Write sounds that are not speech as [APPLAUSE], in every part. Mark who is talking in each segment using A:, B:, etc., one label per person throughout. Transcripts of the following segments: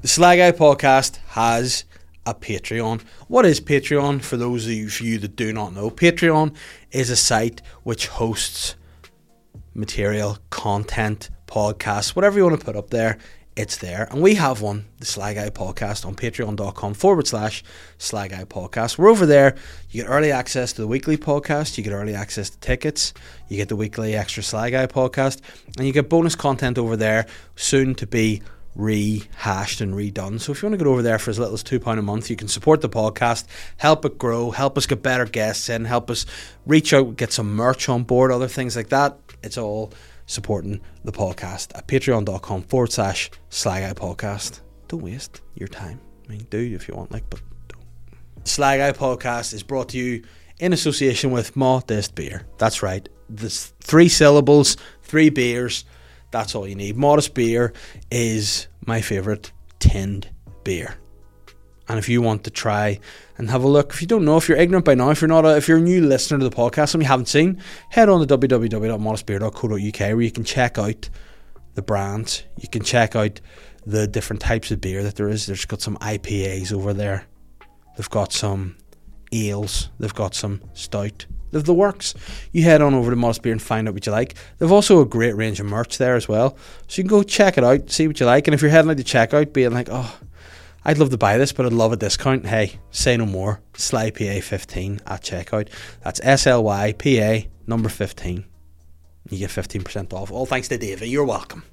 A: The Sly Guy podcast has a Patreon. What is Patreon? For those of you that do not know, Patreon is a site which hosts material, content, podcasts, whatever you want to put up there, it's there. And we have one, the Sly Guy Podcast, on patreon.com forward slash Sly Guy Podcast. We're over there. You get early access to the weekly podcast, you get early access to tickets, you get the weekly extra Sly Guy podcast, and you get bonus content over there soon to be rehashed and redone. So if you want to get over there for as little as £2 a month, you can support the podcast, help it grow, help us get better guests in, help us reach out, get some merch on board, other things like that. It's all supporting the podcast at patreon.com forward slash Sly Guy Podcast. Don't waste your time. I mean, do if you want, like, but don't. Sly Guy Podcast is brought to you in association with Modest Beer. That's right. There's three syllables, three beers. That's all you need. Modest Beer is my favourite tinned beer. And if you want to try and have a look, if you don't know, if you're ignorant by now, if you're not, a, if you're a new listener to the podcast, something you haven't seen, head on to www.modestbeer.co.uk where you can check out the brands. You can check out the different types of beer that there is. There's got some IPAs over there. They've got some ales. They've got some stout. They've the works. You head on over to Modest Beer and find out what you like. They've also a great range of merch there as well. So you can go check it out, see what you like. And if you're heading out to checkout, being like, oh, I'd love to buy this, but I'd love a discount. Hey, say no more. SlyPA15 at checkout. That's S L Y P A number 15. You get 15% off. All thanks to David. You're welcome.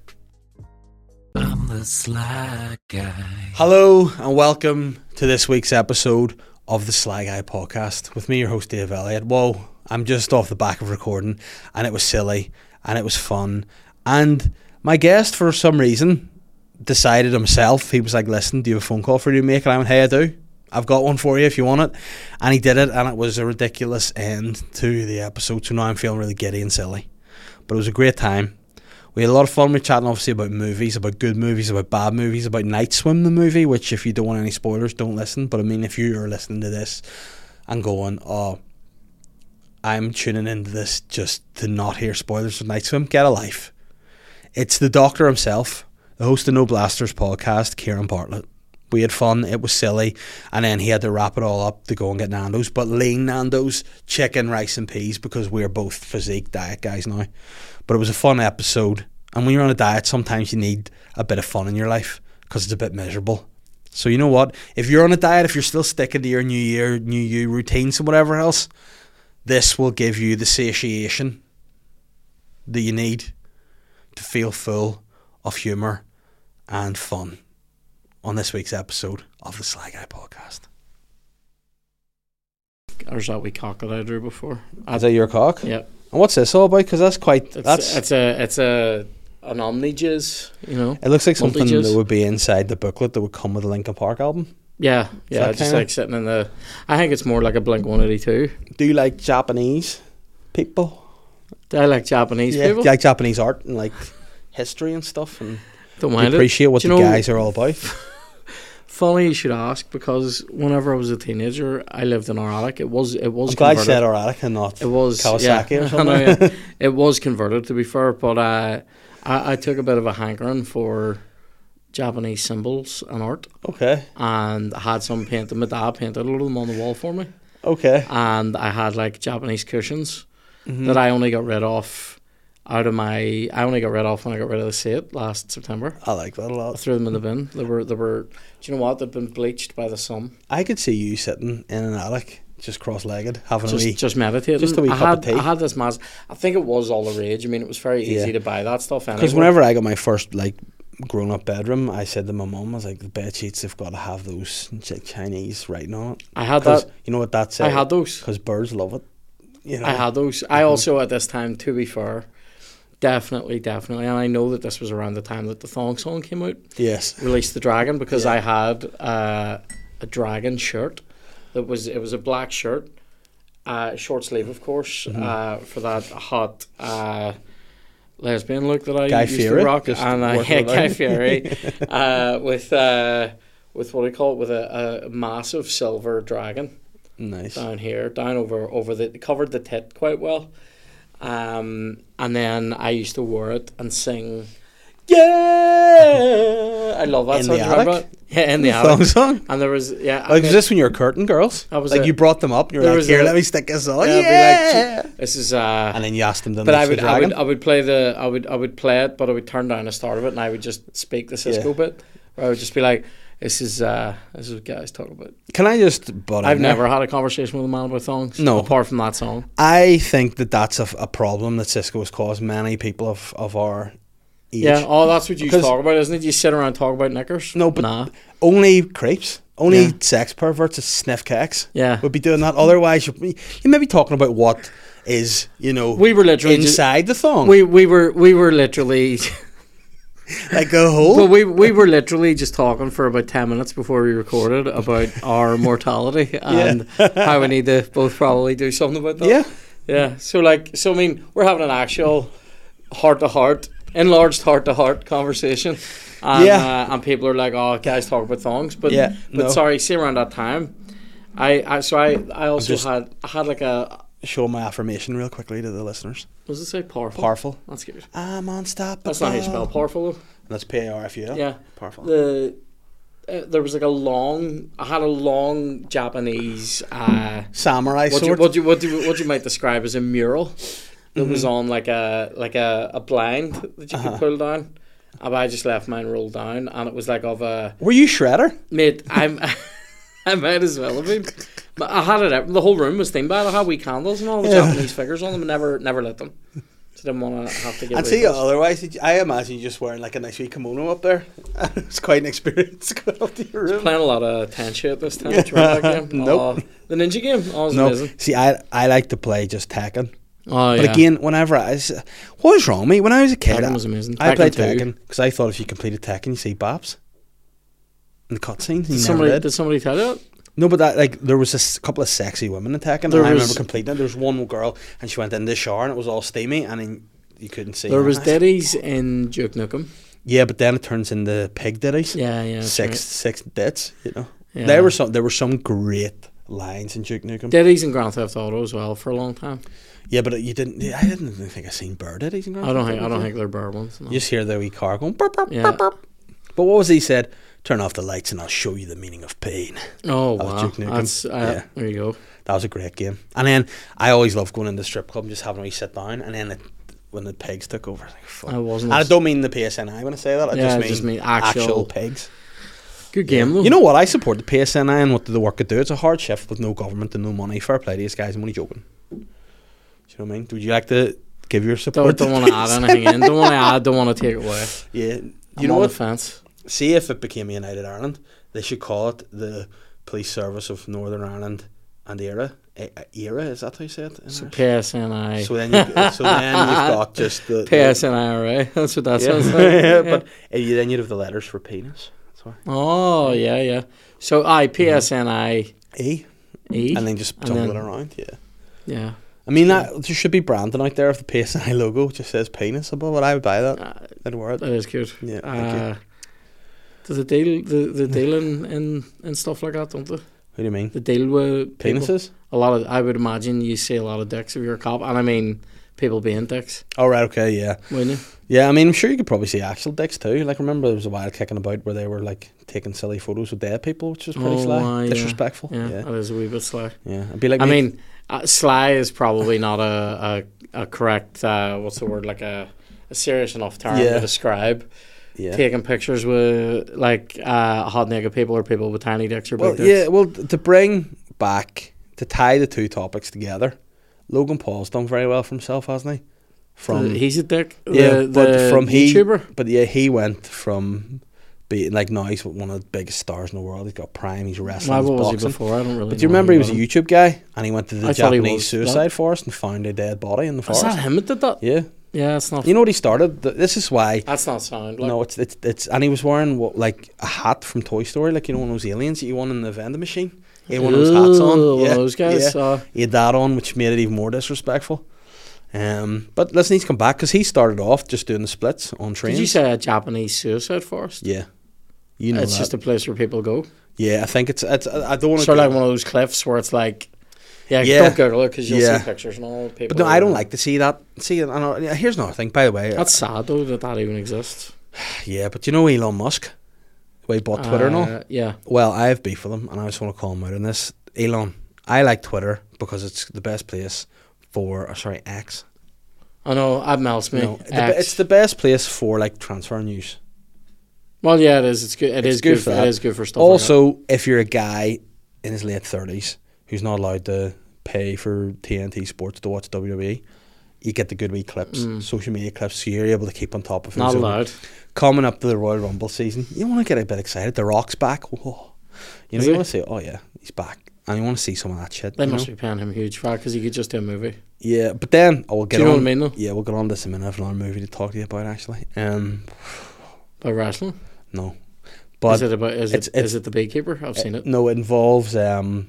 B: I'm the sly guy.
A: Hello and welcome to this week's episode of the Sly Guy podcast with me, your host Dave Elliott. Whoa, I'm just off the back of recording, and it was silly, and it was fun, and my guest for some reason decided himself. He was like, "Listen, do you have a phone call for you to make?" And I went, "Hey, I do. I've got one for you if you want it." And he did it, and it was a ridiculous end to the episode. So now I'm feeling really giddy and silly, but it was a great time. We had a lot of fun. We were chatting obviously about movies, about good movies, about bad movies, about Night Swim the movie. Which, if you don't want any spoilers, don't listen. But I mean, if you are listening to this and going, "Oh, I'm tuning into this just to not hear spoilers of Night Swim," get a life. It's the Doctor himself, the host of No Blasters podcast, Kieran Bartlett. We had fun. It was silly, and then he had to wrap it all up to go and get Nando's, but lean Nando's, chicken, rice, and peas because we're both physique diet guys now. But it was a fun episode, and when you're on a diet, sometimes you need a bit of fun in your life because it's a bit miserable. So you know what? If you're on a diet, if you're still sticking to your New Year, New You routines and whatever else, this will give you the satiation that you need to feel full of humour and fun on this week's episode of the Sly Guy podcast.
C: or is that we cockle I drew before?
A: Is that your cock?
C: Yep.
A: And what's this all about? Because that's quite.
C: It's, uh,
A: that's.
C: it's a it's a an omni jizz, you know.
A: it looks like something
C: multi-juice.
A: that would be inside the booklet that would come with the Linkin Park album.
C: Yeah, yeah.
A: that
C: Just
A: kinda-
C: like sitting in the. I think it's more like a Blink One Eighty Two.
A: Do you like Japanese people?
C: I like Japanese
A: Yeah, do
C: people.
A: you like Japanese art and like history and stuff, and
C: Don't
A: do you
C: mind it.
A: appreciate what
C: Do
A: the
C: you know-
A: guys are all
C: [LAUGHS]
A: about.
C: Funny you should ask because whenever I was a teenager, I lived in Aratic. It was it was
A: I'm glad you
C: converted.
A: said erratic and not
C: It was
A: Kawasaki
C: yeah.
A: or
C: [LAUGHS] I
A: something.
C: know, yeah. It was converted to be fair, but I, I I took a bit of a hankering for Japanese symbols and art,
A: okay,
C: and I had some painted. My dad painted a lot of them on the wall for me.
A: okay.
C: and I had like Japanese cushions that I only got rid of out of my. I only got rid of when I got rid of the set last September.
A: I like that a
C: I
A: lot.
C: threw them in the bin. They were they were. Do you know what? They'd been bleached by the sun.
A: I could see you sitting in an attic, just cross-legged, having
C: Just
A: a wee.
C: just meditating.
A: just a wee
C: I
A: cup
C: had
A: of tea.
C: I had this mass. I think it was all the rage. I mean, it was very easy
A: Yeah.
C: to buy that stuff.
A: Because
C: anyway.
A: whenever I got my first like grown up bedroom, I said to my mum, I was like, the bed sheets have got to have those chi- Chinese writing on it.
C: I had
A: 'Cause
C: that,
A: you know what that said?
C: I had those.
A: Because birds love it. You know.
C: I had those. I
A: Uh-huh.
C: also at this time, to be fair, definitely, definitely, and I know that this was around the time that the thong song came out.
A: Yes.
C: release the dragon because I had uh, a dragon shirt that was it was a black shirt, uh, short sleeve of course
A: Mm-hmm.
C: uh, for that hot uh, lesbian look that I
A: Guy
C: used
A: Fieri,
C: to rock
A: just
C: and I [LAUGHS]
A: working
C: yeah,
A: it
C: Guy
A: out.
C: Fieri
A: [LAUGHS]
C: uh, with uh, with what do you call it with a, a massive silver dragon
A: Nice. [LAUGHS]
C: down here down over over the covered the tit quite well. Um, and then I used to wear it and sing
A: Yeah.
C: I love that
A: In
C: song.
A: the
C: do you remember
A: attic?
C: it? Yeah, in the
A: thong
C: attic.
A: song.
C: And there was yeah. I
A: Like, was
C: made-
A: this when you were curtain girls?
C: That was
A: like
C: it.
A: you brought them up and you were
C: There
A: like,
C: was
A: here,
C: a-
A: let me stick this on.
C: yeah,
A: Yeah.
C: it'd be like, "Gee, this is uh.
A: and then you asked them to
C: But I
A: mix the
C: would, I would,
A: dragon.
C: I would play the, I would, I would play it, but I would turn down the start of it, and I would just speak the Cisco bit. Where I would just be like, "This is, uh, this is what guys talk about."
A: Can I just butt
C: I've
A: in there?
C: never had a conversation with a man about thongs.
A: No.
C: apart from that song.
A: I think that that's a, f- a problem that Cisco has caused many people of, of our age.
C: Yeah, oh, that's what you
A: Because-
C: talk about, isn't it? You sit around and talk about knickers.
A: No, but
C: nah.
A: only creeps, only
C: Yeah.
A: sex perverts that sniff cakes
C: Yeah.
A: would be doing that. Otherwise, you you may be talking about what is you know
C: We were literally just-
A: inside the thong,
C: We we were we were literally [LAUGHS]
A: like a hole.
C: well we we were literally just talking for about ten minutes before we recorded about
A: [LAUGHS]
C: our mortality and how we need to both probably do something about that.
A: yeah,
C: yeah. So like, so I mean, we're having an actual heart to heart, enlarged heart to heart conversation. And,
A: Yeah.
C: uh, and people are like, "Oh, guys, talk about thongs," but
A: Yeah,
C: but
A: no.
C: sorry, see around that time, I, I so I I also
A: just-
C: had I had like a
A: show my affirmation real quickly to the listeners.
C: was it say powerful?
A: Powerful.
C: That's good.
A: I'm unstoppable.
C: That's not how you spell powerful. Though.
A: That's P A R F U L.
C: Yeah.
A: powerful.
C: The uh, there was like a long. I had a long Japanese. Uh,
A: Samurai
C: what do, you,
A: sword.
C: what, do you, what, do you, what you might describe as a mural that was
A: Mm-hmm.
C: on like a like a, a blind that you
A: Uh-huh.
C: could pull down. And I just left mine rolled down, and it was like of a
A: Were you Shredder?
C: mate. I'm [LAUGHS] I might as well have been. But I had it. out- The whole room was themed by. it. I had wee candles and all the
A: Yeah.
C: Japanese figures on them. and Never never lit them. So didn't want to have to get.
A: And
C: away
A: see,
C: with it.
A: otherwise, you'd- I imagine you just wearing like a nice wee kimono up there. [LAUGHS] it's quite an experience [LAUGHS] going up to your room.
C: playing a lot of Tenchi at this time. Do you remember that game?
A: uh, [LAUGHS] Nope.
C: Oh, the Ninja game? Oh, it was
A: No,
C: amazing.
A: see, I I like to play just Tekken.
C: Oh,
A: But again, whenever I was, what was wrong with me when I was a kid?
C: Tekken
A: I-
C: was amazing.
A: I played
C: Tekken two.
A: Tekken because I thought if you completed Tekken, you see Babs in the cutscenes. and You never
C: somebody,
A: did.
C: did somebody tell you that?
A: No, but that like there was a s- couple of sexy women in Tekken.
C: There
A: and I
C: was-
A: remember completing it. There was one girl, and she went in the shower, and it was all steamy, and then you couldn't see.
C: There
A: her.
C: was
A: I-
C: Diddy's in Duke Nukem.
A: Yeah, but then it turns into pig ditties.
C: Yeah, yeah. that's
A: six
C: Right.
A: six dits. You know,
C: Yeah.
A: there were some there were some great lines in Duke Nukem.
C: Diddy's in Grand Theft Auto as well for a long time.
A: yeah, but you didn't. I didn't think I seen bird ditties in Grand
C: I don't
A: Theft
C: think I
A: Auto,
C: don't
A: did
C: think they're bare ones. No.
A: You just hear the wee car going burp, burp,
C: Yeah.
A: burp, burp. But what was he said? Turn off the lights and I'll show you the meaning of pain.
C: oh
A: that was
C: wow,
A: Duke Nukem.
C: that's uh,
A: Yeah.
C: there you go.
A: That was a great game. And then I always loved going into strip club and just having a wee sit down. And then it, when the pigs took over, I was like, fuck.
C: I wasn't.
A: And I don't mean the PSNI when I say that. I
C: Yeah,
A: just
C: I
A: mean,
C: just mean
A: actual,
C: actual-
A: pigs.
C: Good game though.
A: You know what? I support the PSNI and what do the work could do. It's a hard shift with no government and no money. Fair play to these guys. I'm only joking. Do you know what I mean? Would you like to give your
C: don't,
A: support?
C: don't want to add anything in. Don't want to add. Don't want to take it away.
A: [LAUGHS] yeah. You
C: I'm
A: know
C: on
A: what?
C: the fence.
A: See if it became United Ireland, they should call it the Police Service of Northern Ireland and Era. E- Era is that how you say it? in
C: So
A: Irish?
C: PSNI,
A: so then, you, so then
C: [LAUGHS]
A: you've got just the
C: PSNIRA. [LAUGHS] That's what that
A: The, [LAUGHS]
C: sounds
A: yeah,
C: like.
A: yeah, but uh, you, then you'd have the letters for penis. Sorry.
C: Oh yeah, yeah. So
A: Mm-hmm.
C: I PSNI
A: E.
C: E.
A: And then just
C: And
A: tumble
C: then-
A: it around. Yeah.
C: yeah.
A: I mean that there should be branding out there of the PSI logo. It just says penis above it. I would buy that.
C: Uh,
A: I'd wear it.
C: that is good.
A: Yeah. Thank you.
C: Uh, does it deal the the deal in, in and stuff like that, don't they?
A: What do you mean?
C: The deal with people.
A: Penises?
C: A lot of I would imagine you see a lot of dicks if you're a cop, and I mean people being dicks,
A: Oh right. Okay. Yeah.
C: wouldn't you?
A: Yeah, I mean, I'm sure you could probably see actual dicks too. Like, remember there was a while kicking about where they were like taking silly photos with dead people, which was pretty
C: Oh,
A: sly,
C: aye, yeah.
A: disrespectful.
C: Yeah,
A: Yeah, yeah.
C: that is a wee bit sly.
A: I'd be like,
C: I mean, uh, sly is probably not a a, a correct uh, what's the word like a, a serious enough term
A: Yeah.
C: to describe
A: yeah,
C: taking pictures with like uh, hot naked people or people with tiny dicks or
A: well,
C: big dicks.
A: yeah, well, t- to bring back to tie the two topics together, Logan Paul's done very well for himself, hasn't he? From
C: he's a dick.
A: yeah,
C: the,
A: but
C: the
A: from he,
C: YouTuber.
A: but yeah, he went from being like now he's one of the biggest stars in the world. He's got prime. He's wrestling.
C: Why,
A: he's
C: what was he
A: boxing.
C: before? I don't really.
A: But do you
C: know
A: remember he was a
C: anything about
A: YouTube guy and he went to the
C: I thought he
A: Japanese
C: was that.
A: suicide forest and found a dead body in the
C: him. Is
A: forest?
C: that him that did that?
A: Yeah.
C: Yeah, it's not.
A: You know what he started? Th- This is why.
C: that's not sound. Like,
A: No, it's it's it's, and he was wearing what like a hat from Toy Story, like you know one of those aliens that you won in the vending machine. He had one of those hats on.
C: Ooh, one
A: yeah,
C: of those guys.
A: Yeah.
C: uh,
A: He had that on, which made it even more disrespectful. Um, but listen, he's come back because he started off just doing the splits on trains.
C: did you say a Japanese suicide forest?
A: Yeah, you know
C: it's
A: that.
C: just a place where people go.
A: yeah, I think it's it's. I I don't want
C: Sort of like one of those cliffs where it's like, yeah,
A: Yeah.
C: don't Google it because you'll
A: Yeah.
C: see pictures and all the people.
A: But no, I don't
C: are-
A: like to see that. See, and I, yeah, here's another thing, by the way.
C: That's sad though that that even exists.
A: Yeah, but you know Elon Musk we bought Twitter and all.
C: Uh, Yeah.
A: Well, I have beef with them, and I just want to call him out on this. Elon, I like Twitter because it's the best place for, uh, sorry, X.
C: I know, that melts me.
A: No, the be-
C: X.
A: it's the best place for like transfer news.
C: well, yeah, it is. It's good.
A: It's
C: it's good, for,
A: that.
C: It is good for stuff. like that.
A: Also, if you're a guy in his late thirties who's not allowed to pay for TNT Sports to watch WWE, you get the good wee clips, social media clips, so you're able to keep on top of it.
C: Mm. not
A: So
C: allowed.
A: Coming up to the Royal Rumble season, you want to get a bit excited. The Rock's back. Whoa. You know,
C: Is
A: you
C: he?
A: want to say, "Oh yeah, he's back," and you want to see some of that shit.
C: They
A: you
C: must
A: know?
C: be paying him huge for because he could just do a movie.
A: Yeah, but then I will get
C: Do you know
A: on.
C: what I mean, though?
A: Yeah, we'll get on this in a minute. I have another movie to talk to you about actually. Um,
C: By wrestling.
A: no, but
C: is it about? Is
A: it's-
C: it?
A: it's- Uh,
C: Is it the Beekeeper? I've seen it.
A: No, it involves um,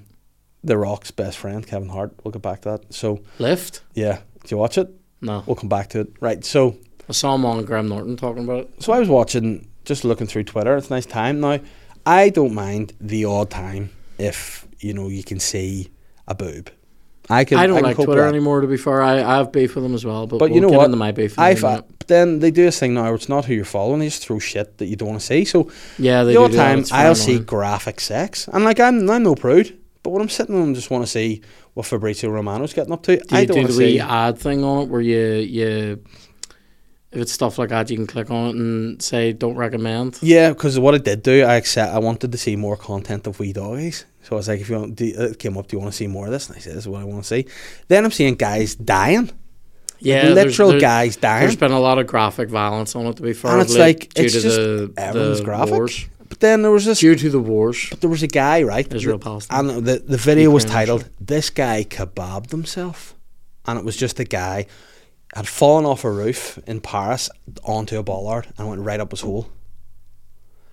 A: The Rock's best friend, Kevin Hart. We'll get back to that. So,
C: Lift?
A: yeah, do you watch it?
C: No.
A: We'll come back to it. Right. So,
C: I saw him on Graham Norton talking about it.
A: so I was watching, just looking through Twitter. It's a nice time now. I don't mind the odd time if you know you can see a boob. I can.
C: I don't
A: can
C: like
A: cope with
C: Twitter
A: that.
C: anymore. To be fair, I, I have beef with them as well. But,
A: But you
C: we'll
A: know
C: get
A: what?
C: Into my beef. in
A: I
C: a
A: fi-
C: minute.
A: but then they do this thing now where it's not who you're following. They just throw shit that you don't want to see. So
C: yeah, they
A: the odd
C: do do that,
A: time
C: it's very
A: I'll see
C: annoying.
A: graphic sex, and like I'm, I'm no prude. But when I'm sitting on, I just want to see what Fabrizio Romano's getting up to.
C: Do you
A: I don't
C: do
A: want
C: the
A: to
C: wee
A: see.
C: ad thing on it where you you if it's stuff like that you can click on it and say don't recommend.
A: Yeah, because what I did do, I accept. I wanted to see more content of wee doggies. So I was like, if you want, do, it came up, do you want to see more of this? And I said, this is what I want to see. Then I'm seeing guys dying,
C: Yeah, there's-
A: literal
C: there-
A: guys
C: There's
A: dying.
C: been a lot of graphic violence on it. To be fair,
A: And
C: of
A: it's
C: late
A: like,
C: due
A: it's
C: to
A: just
C: the,
A: everyone's
C: the
A: graphic.
C: wars.
A: But then there was this,
C: Due to the wars,
A: there was a guy, right?
C: Israel Palestine.
A: And the the video was
C: Ukraine,
A: titled "This Guy Kebabbed Himself," and it was just a guy had fallen off a roof in Paris onto a bollard and went right up his hole.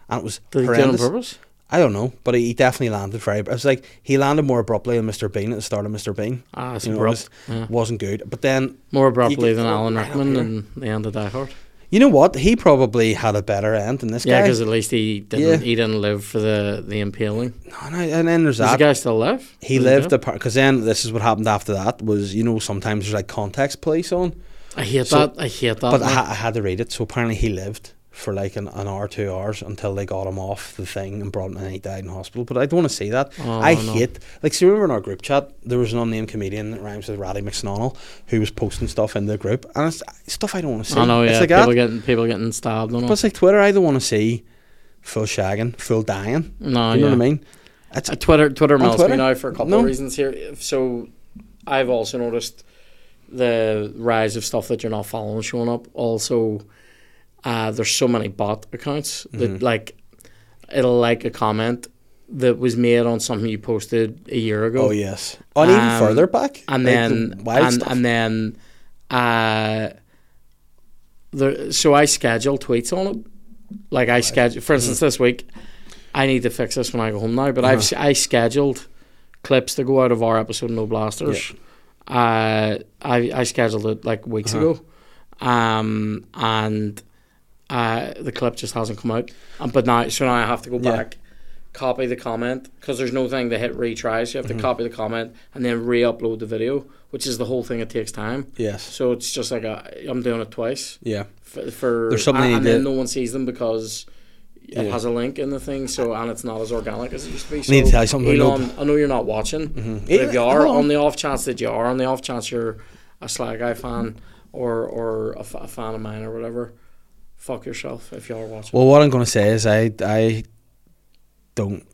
A: And it was
C: Did he do it on
A: horrendous.
C: purpose?
A: I don't know, but he definitely landed very. It was like he landed more abruptly than Mr. Bean at the start of Mr. Bean.
C: Ah, it's
A: You know, it
C: abrupt.
A: was-
C: Yeah.
A: wasn't good. But then
C: More
A: You
C: abruptly
A: can
C: than
A: throw it
C: Alan
A: right up
C: Rickman
A: here.
C: and the end of Die Hard.
A: you know what? He probably had a better end than this guy.
C: Yeah, because at least he didn't
A: Yeah.
C: he didn't live for the the impaling.
A: No, no, and then there's
C: Does the
A: that.
C: guy still live?
A: he
C: Is
A: lived
C: dead?
A: apart because then this is what happened after that was you know sometimes there's like context police on.
C: I hate
A: so-
C: that. I hate that.
A: But I,
C: man.
A: ha- I had to read it. So apparently he lived for like an, an hour, two hours until they got him off the thing and brought him in and he died in hospital. But I don't want to see that.
C: Oh,
A: I
C: no.
A: hate like so remember in our group chat there was an unnamed comedian that rhymes with Raddy McSnonnell who was posting stuff in the group and it's stuff I don't want to see.
C: I know.
A: it's
C: Yeah,
A: like
C: people
A: that.
C: getting people getting stabbed. And all.
A: But it's like Twitter, I don't want to see full shagging, full dying.
C: no,
A: you know
C: Oh, yeah.
A: what I mean? It's,
C: Uh, Twitter Twitter melts
A: Twitter?
C: me now for a couple
A: No.
C: of reasons here. If- So I've also noticed the rise of stuff that you're not following showing up. Also, uh, there's so many bot accounts that
A: Mm-hmm.
C: like it'll like a comment that was made on something you posted a year ago.
A: oh yes. And even
C: Um,
A: further back.
C: and
A: like
C: then
A: the wild
C: and,
A: stuff.
C: and then uh there so I schedule tweets on it. Like I schedule for instance
A: Hmm.
C: this week I need to fix this when I go home now, but
A: Uh-huh.
C: I've s- I scheduled clips to go out of our episode of No Blasters. Uh I I scheduled it like weeks
A: Uh-huh.
C: ago. Um and uh the clip just hasn't come out. Um, but now so now I have to go
A: Yeah.
C: back copy the comment because there's no thing to hit retry. So you have
A: Mm-hmm.
C: to copy the comment and then re-upload the video, which is the whole thing. It takes time.
A: yes.
C: So it's just like a, I'm doing it twice
A: Yeah.
C: for, for
A: There's something
C: and,
A: you
C: and then
A: did-
C: no one sees them because it
A: Yeah.
C: has a link in the thing. So and it's not as organic as it used to be. So
A: need to tell you something,
C: Elon. I know you're not watching, but
A: Elon-
C: if you are,
A: hold on.
C: on the off chance that you are, on the off chance you're a Sly Guy fan or or a, f- a fan of mine or whatever, fuck yourself if you are watching.
A: Well, what I'm going to say is I I don't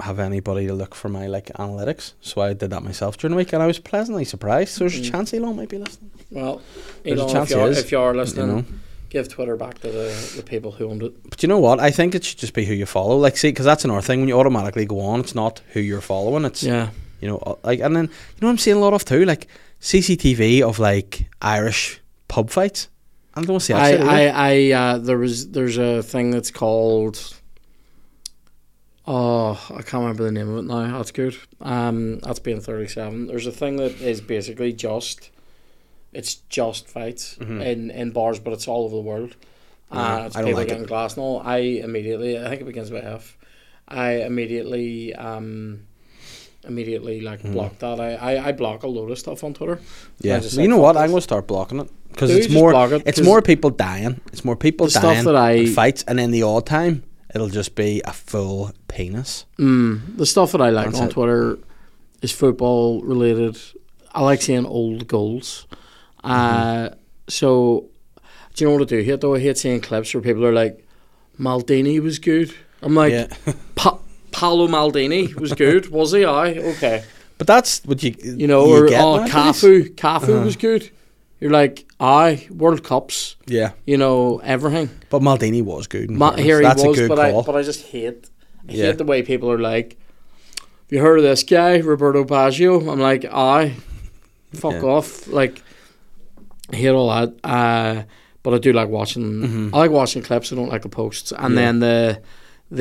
A: have anybody to look for my like analytics, so I did that myself during the week, and I was pleasantly surprised. So there's
C: Mm-hmm.
A: a chance Elon might be listening.
C: Well,
A: There's a
C: Elon,
A: chance
C: if you
A: he
C: are,
A: is,
C: if you are
A: You
C: listening.
A: know,
C: give Twitter back to the, the people who owned it.
A: but you know what? I think it should just be who you follow. Like, see, because that's another thing. When you automatically go on, it's not who you're following. It's
C: Yeah.
A: you know, uh, like, and then you know what I'm seeing a lot of too, like CCTV of like Irish pub fights. I don't see that
C: I,
A: shit either.
C: I, I uh, there was there's a thing that's called Oh, I can't remember the name of it now. That's good. Um that's being thirty seven. There's a thing that is basically just it's just fights
A: Mhm.
C: in, in bars, but it's all over the world.
A: Yeah,
C: Uh, it's
A: I don't
C: people
A: like it.
C: getting glass and all. I immediately I think it begins with F. I immediately um immediately like blocked that. I, I, I block a load of stuff on Twitter. I
A: Hmm. yeah,
C: just
A: you
C: said,
A: know
C: "Fuck
A: what? I'm
C: this."
A: going to start blocking it because
C: Do
A: it's
C: you just
A: more.
C: block it?
A: It's
C: 'Cause
A: more people dying. It's more people
C: the
A: dying.
C: stuff that I
A: and fights, and then the odd time It'll just be a full penis.
C: Mm, the stuff that I like
A: That's
C: on
A: it.
C: Twitter is football related. I like seeing old goals. Uh, so, do you know what I do here? Though I hate seeing clips where people are like, "Maldini was good." I'm like,
A: yeah. [LAUGHS]
C: pa- "Paolo Maldini was good, was he? I okay."
A: But that's what you
C: You know, or
A: get
C: oh,
A: nowadays.
C: Cafu, Cafu
A: Uh-huh.
C: was good. You're like, "I World Cups."
A: Yeah,
C: You know everything.
A: but Maldini was good. in
C: Ma-
A: fairness.
C: here he
A: that's
C: was,
A: a good
C: but
A: call.
C: I but I just hate I
A: Yeah.
C: hate the way people are like, "Have you heard of this guy, Roberto Baggio?" I'm like, "Aye, fuck
A: Yeah.
C: off!" Like, I hate all that. Uh, but I do like watching. I like watching clips. I don't like the posts. And
A: Mm-hmm. Yeah.
C: then the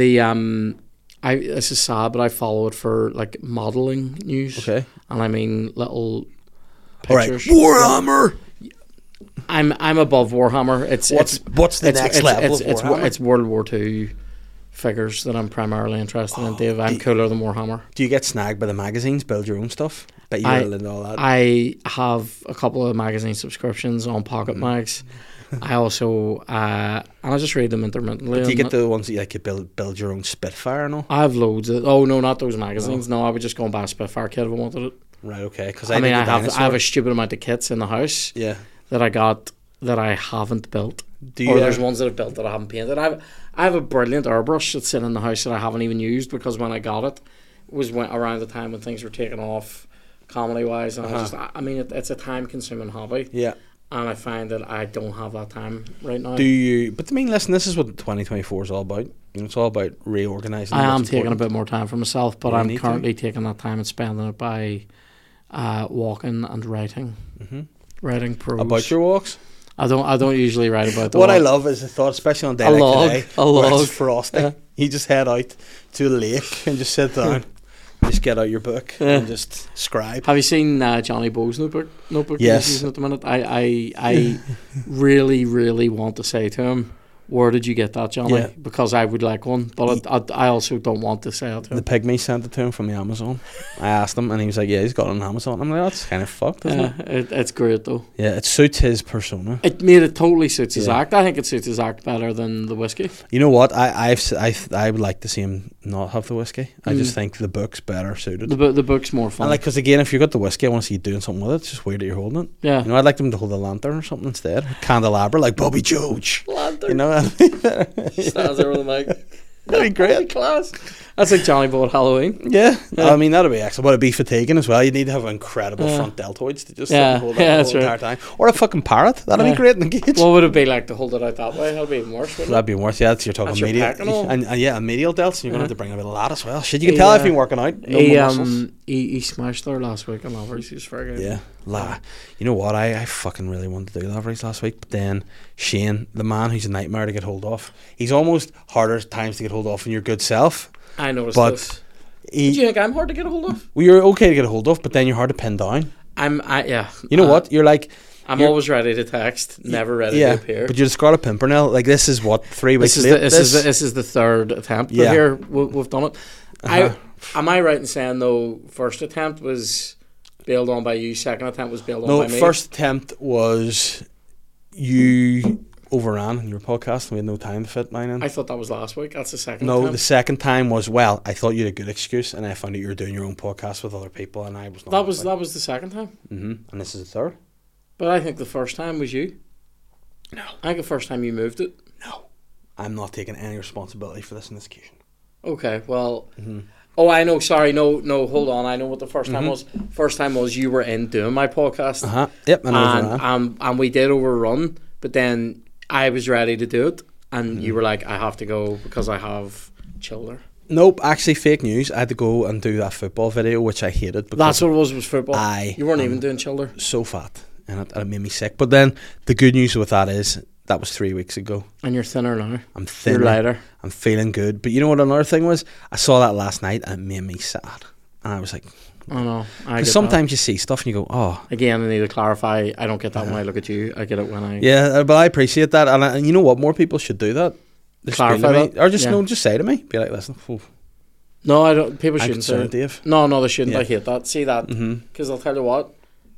C: the um, I this is sad, but I follow it for like modeling news.
A: okay,
C: and I mean little.
A: all right.
C: Pictures.
A: Warhammer.
C: I'm I'm above Warhammer. It's
A: What's
C: it's
A: what's the next level
C: it's,
A: of
C: it's,
A: Warhammer?
C: it's World War Two figures that I'm primarily interested
A: Oh,
C: in, Dave. I'm
A: the-
C: cooler than Warhammer.
A: Do you get snagged by the magazines? Build your own stuff. Bet you're
C: I-
A: into all that.
C: I have a couple of magazine subscriptions on Pocket
A: Mm-hmm.
C: Mags. I also uh, and I just read them intermittently.
A: Do you
C: I'm
A: get
C: not-
A: the ones that you like, you build build your own Spitfire and all?
C: I have loads of. Oh no, not those magazines. No, I would just go and buy a Spitfire kit if I wanted it.
A: Right. Okay. Because
C: I,
A: I,
C: mean,
A: did
C: I
A: the
C: have
A: dinosaur.
C: I have a stupid amount of kits in the house
A: yeah.
C: that I got that I haven't built.
A: Do you?
C: or there's
A: uh,
C: ones that I've built that I haven't painted. I have I have a brilliant airbrush that's sitting in the house that I haven't even used because when I got it was when, around the time when things were taking off comedy wise, and I
A: Uh-huh.
C: just I, I mean it, it's a time consuming hobby,
A: yeah.
C: and I find that I don't have that time right now.
A: Do you? But I mean, listen. This is what 2024 is all about. You know, it's all about reorganizing.
C: I am
A: what's
C: taking a
A: important.
C: bit more time for myself, but
A: You
C: I'm
A: need to.
C: currently taking that time and spending it by uh, walking and writing,
A: Mhm.
C: writing prose.
A: about your walks.
C: I don't I don't usually write about the
A: what I
C: walk.
A: love is the thought, especially on a day
C: A
A: like
C: log,
A: today,
C: a
A: where
C: log.
A: it's frosty. You just head out to the lake and just
C: [LAUGHS]
A: sit down, just get out your book and just scribe.
C: Have you seen uh, Johnny Bo's notebook? Notebook that
A: Yes.
C: he's using at the minute. I, I, I really, really want to say to him, "Where did you get that, Johnny?"
A: Yeah.
C: Because I would like one, but I, I, I also don't want to say it to
A: The
C: him.
A: pygmy sent it to him from the Amazon. I asked him, and he was like, "Yeah, he's got it on Amazon." I'm like, "That's kind of fucked, isn't
C: Yeah,
A: it?"
C: Uh, it, it's great though.
A: Yeah, it suits his persona.
C: It made it totally suits his
A: Yeah.
C: act. I think it suits his act better than the whiskey.
A: You know what? I I've, s- I I would like to see him not have the whiskey. I
C: Mm.
A: just think the book's better suited.
C: The bu- the book's more
A: and
C: fun.
A: like, because again, if you've got the whiskey, I want to see you doing something with it. It's just weird that you're holding it.
C: yeah.
A: You know, I'd like them to hold a lantern or something instead, candelabra, like Bobby George. You
C: Lantern
A: know, [LAUGHS]
C: stands there with a mic.
A: that'd be great.
C: Class. That's like Johnny Bo at Halloween.
A: Yeah.
C: Yeah.
A: I mean that'd be excellent. But it'd be fatiguing as well. You'd need to have incredible
C: Yeah.
A: front deltoids to just
C: Yeah.
A: yeah. hold that the
C: Yeah, that's
A: whole
C: right.
A: entire time. Or a fucking parrot. That'd
C: Yeah.
A: be great in the cage.
C: What would it be like to hold it out that way? That'd be even worse. Wouldn't it?
A: That'd be worse. Yeah, that's you're talking
C: That's your
A: medial
C: pack and all.
A: and, and yeah, and medial delts. And you're gonna have to bring a bit of that as well. Shit, you can tell
C: He,
A: I've
C: uh,
A: been working out. No
C: he
A: more muscles.
C: um he, he smashed there last week on Lovers. He was very good.
A: Yeah, la. You know what? I, I fucking really wanted to do Lavery's last week, but then Shane, the man who's a nightmare to get hold of, he's almost harder at times to get hold of than your good self.
C: I noticed
A: But
C: this.
A: He,
C: Do you think I'm hard to get a hold of?
A: well, you're okay to get a hold of, but then you're hard to pin down.
C: I'm. I yeah.
A: You know
C: Uh,
A: what? You're like,
C: I'm
A: You're-
C: always ready to text. Never ready
A: yeah,
C: to appear.
A: but you're the Scarlet Pimpernel. Like this is what three weeks
C: This is, the,
A: later.
C: this, is the, this is the third attempt. But
A: Yeah. Uh-huh.
C: here we, we've done it. I am I right in saying though? First attempt was bailed on by you. Second attempt was bailed on
A: no
C: by me.
A: first attempt was you overran in your podcast and we had no time to fit mine in.
C: I thought that was last week. That's the second.
A: no, the
C: attempt.
A: second time was well. I thought you had a good excuse, and I found out you were doing your own podcast with other people, and I was not.
C: that was that was the second time.
A: hmm And this is the third.
C: But I think the first time was you. No, I think the first time you moved it.
A: No, I'm not taking any responsibility for this in this occasion.
C: Okay, well.
A: Mm-hmm.
C: Oh, I know. Sorry, no, no. Hold on. I know what the 1st time was.
A: Mm-hmm.
C: First time was you were in doing my podcast,
A: Uh huh. Yep. And,
C: and
A: overran.
C: um, and we did overrun. But then I was ready to do it, and
A: Mm-hmm.
C: you were like, "I have to go because I have children."
A: nope. Actually, fake news. I had to go and do that football video, which I hated. Because
C: That's what it was. Was football.
A: I
C: you weren't
A: am-
C: even doing children.
A: so fat and it, and it made me sick. But then the good news with that is that was three weeks ago.
C: and you're thinner now.
A: I'm
C: You're
A: thin.
C: lighter.
A: I'm feeling good. But you know what? Another thing was I saw that last night and it made me sad. And I was like,
C: I know. I get
A: because
C: that.
A: sometimes you see stuff and you go, oh,
C: again, I need to clarify. I don't get that when I look at you. I get it when I
A: Uh-huh. yeah. uh, But I appreciate that. And, I, and you know what? More people should do that. Just be
C: Clarify
A: like me-
C: that,
A: or just
C: yeah.
A: no, just say to me, be like, listen, oh,
C: No, I don't. People
A: I'm
C: shouldn't say.
A: concerned,
C: it.
A: Dave.
C: No, no, they shouldn't. I
A: Yeah.
C: hate that. See that.
A: Mm-hmm. Mm-hmm.
C: Because I'll tell you what,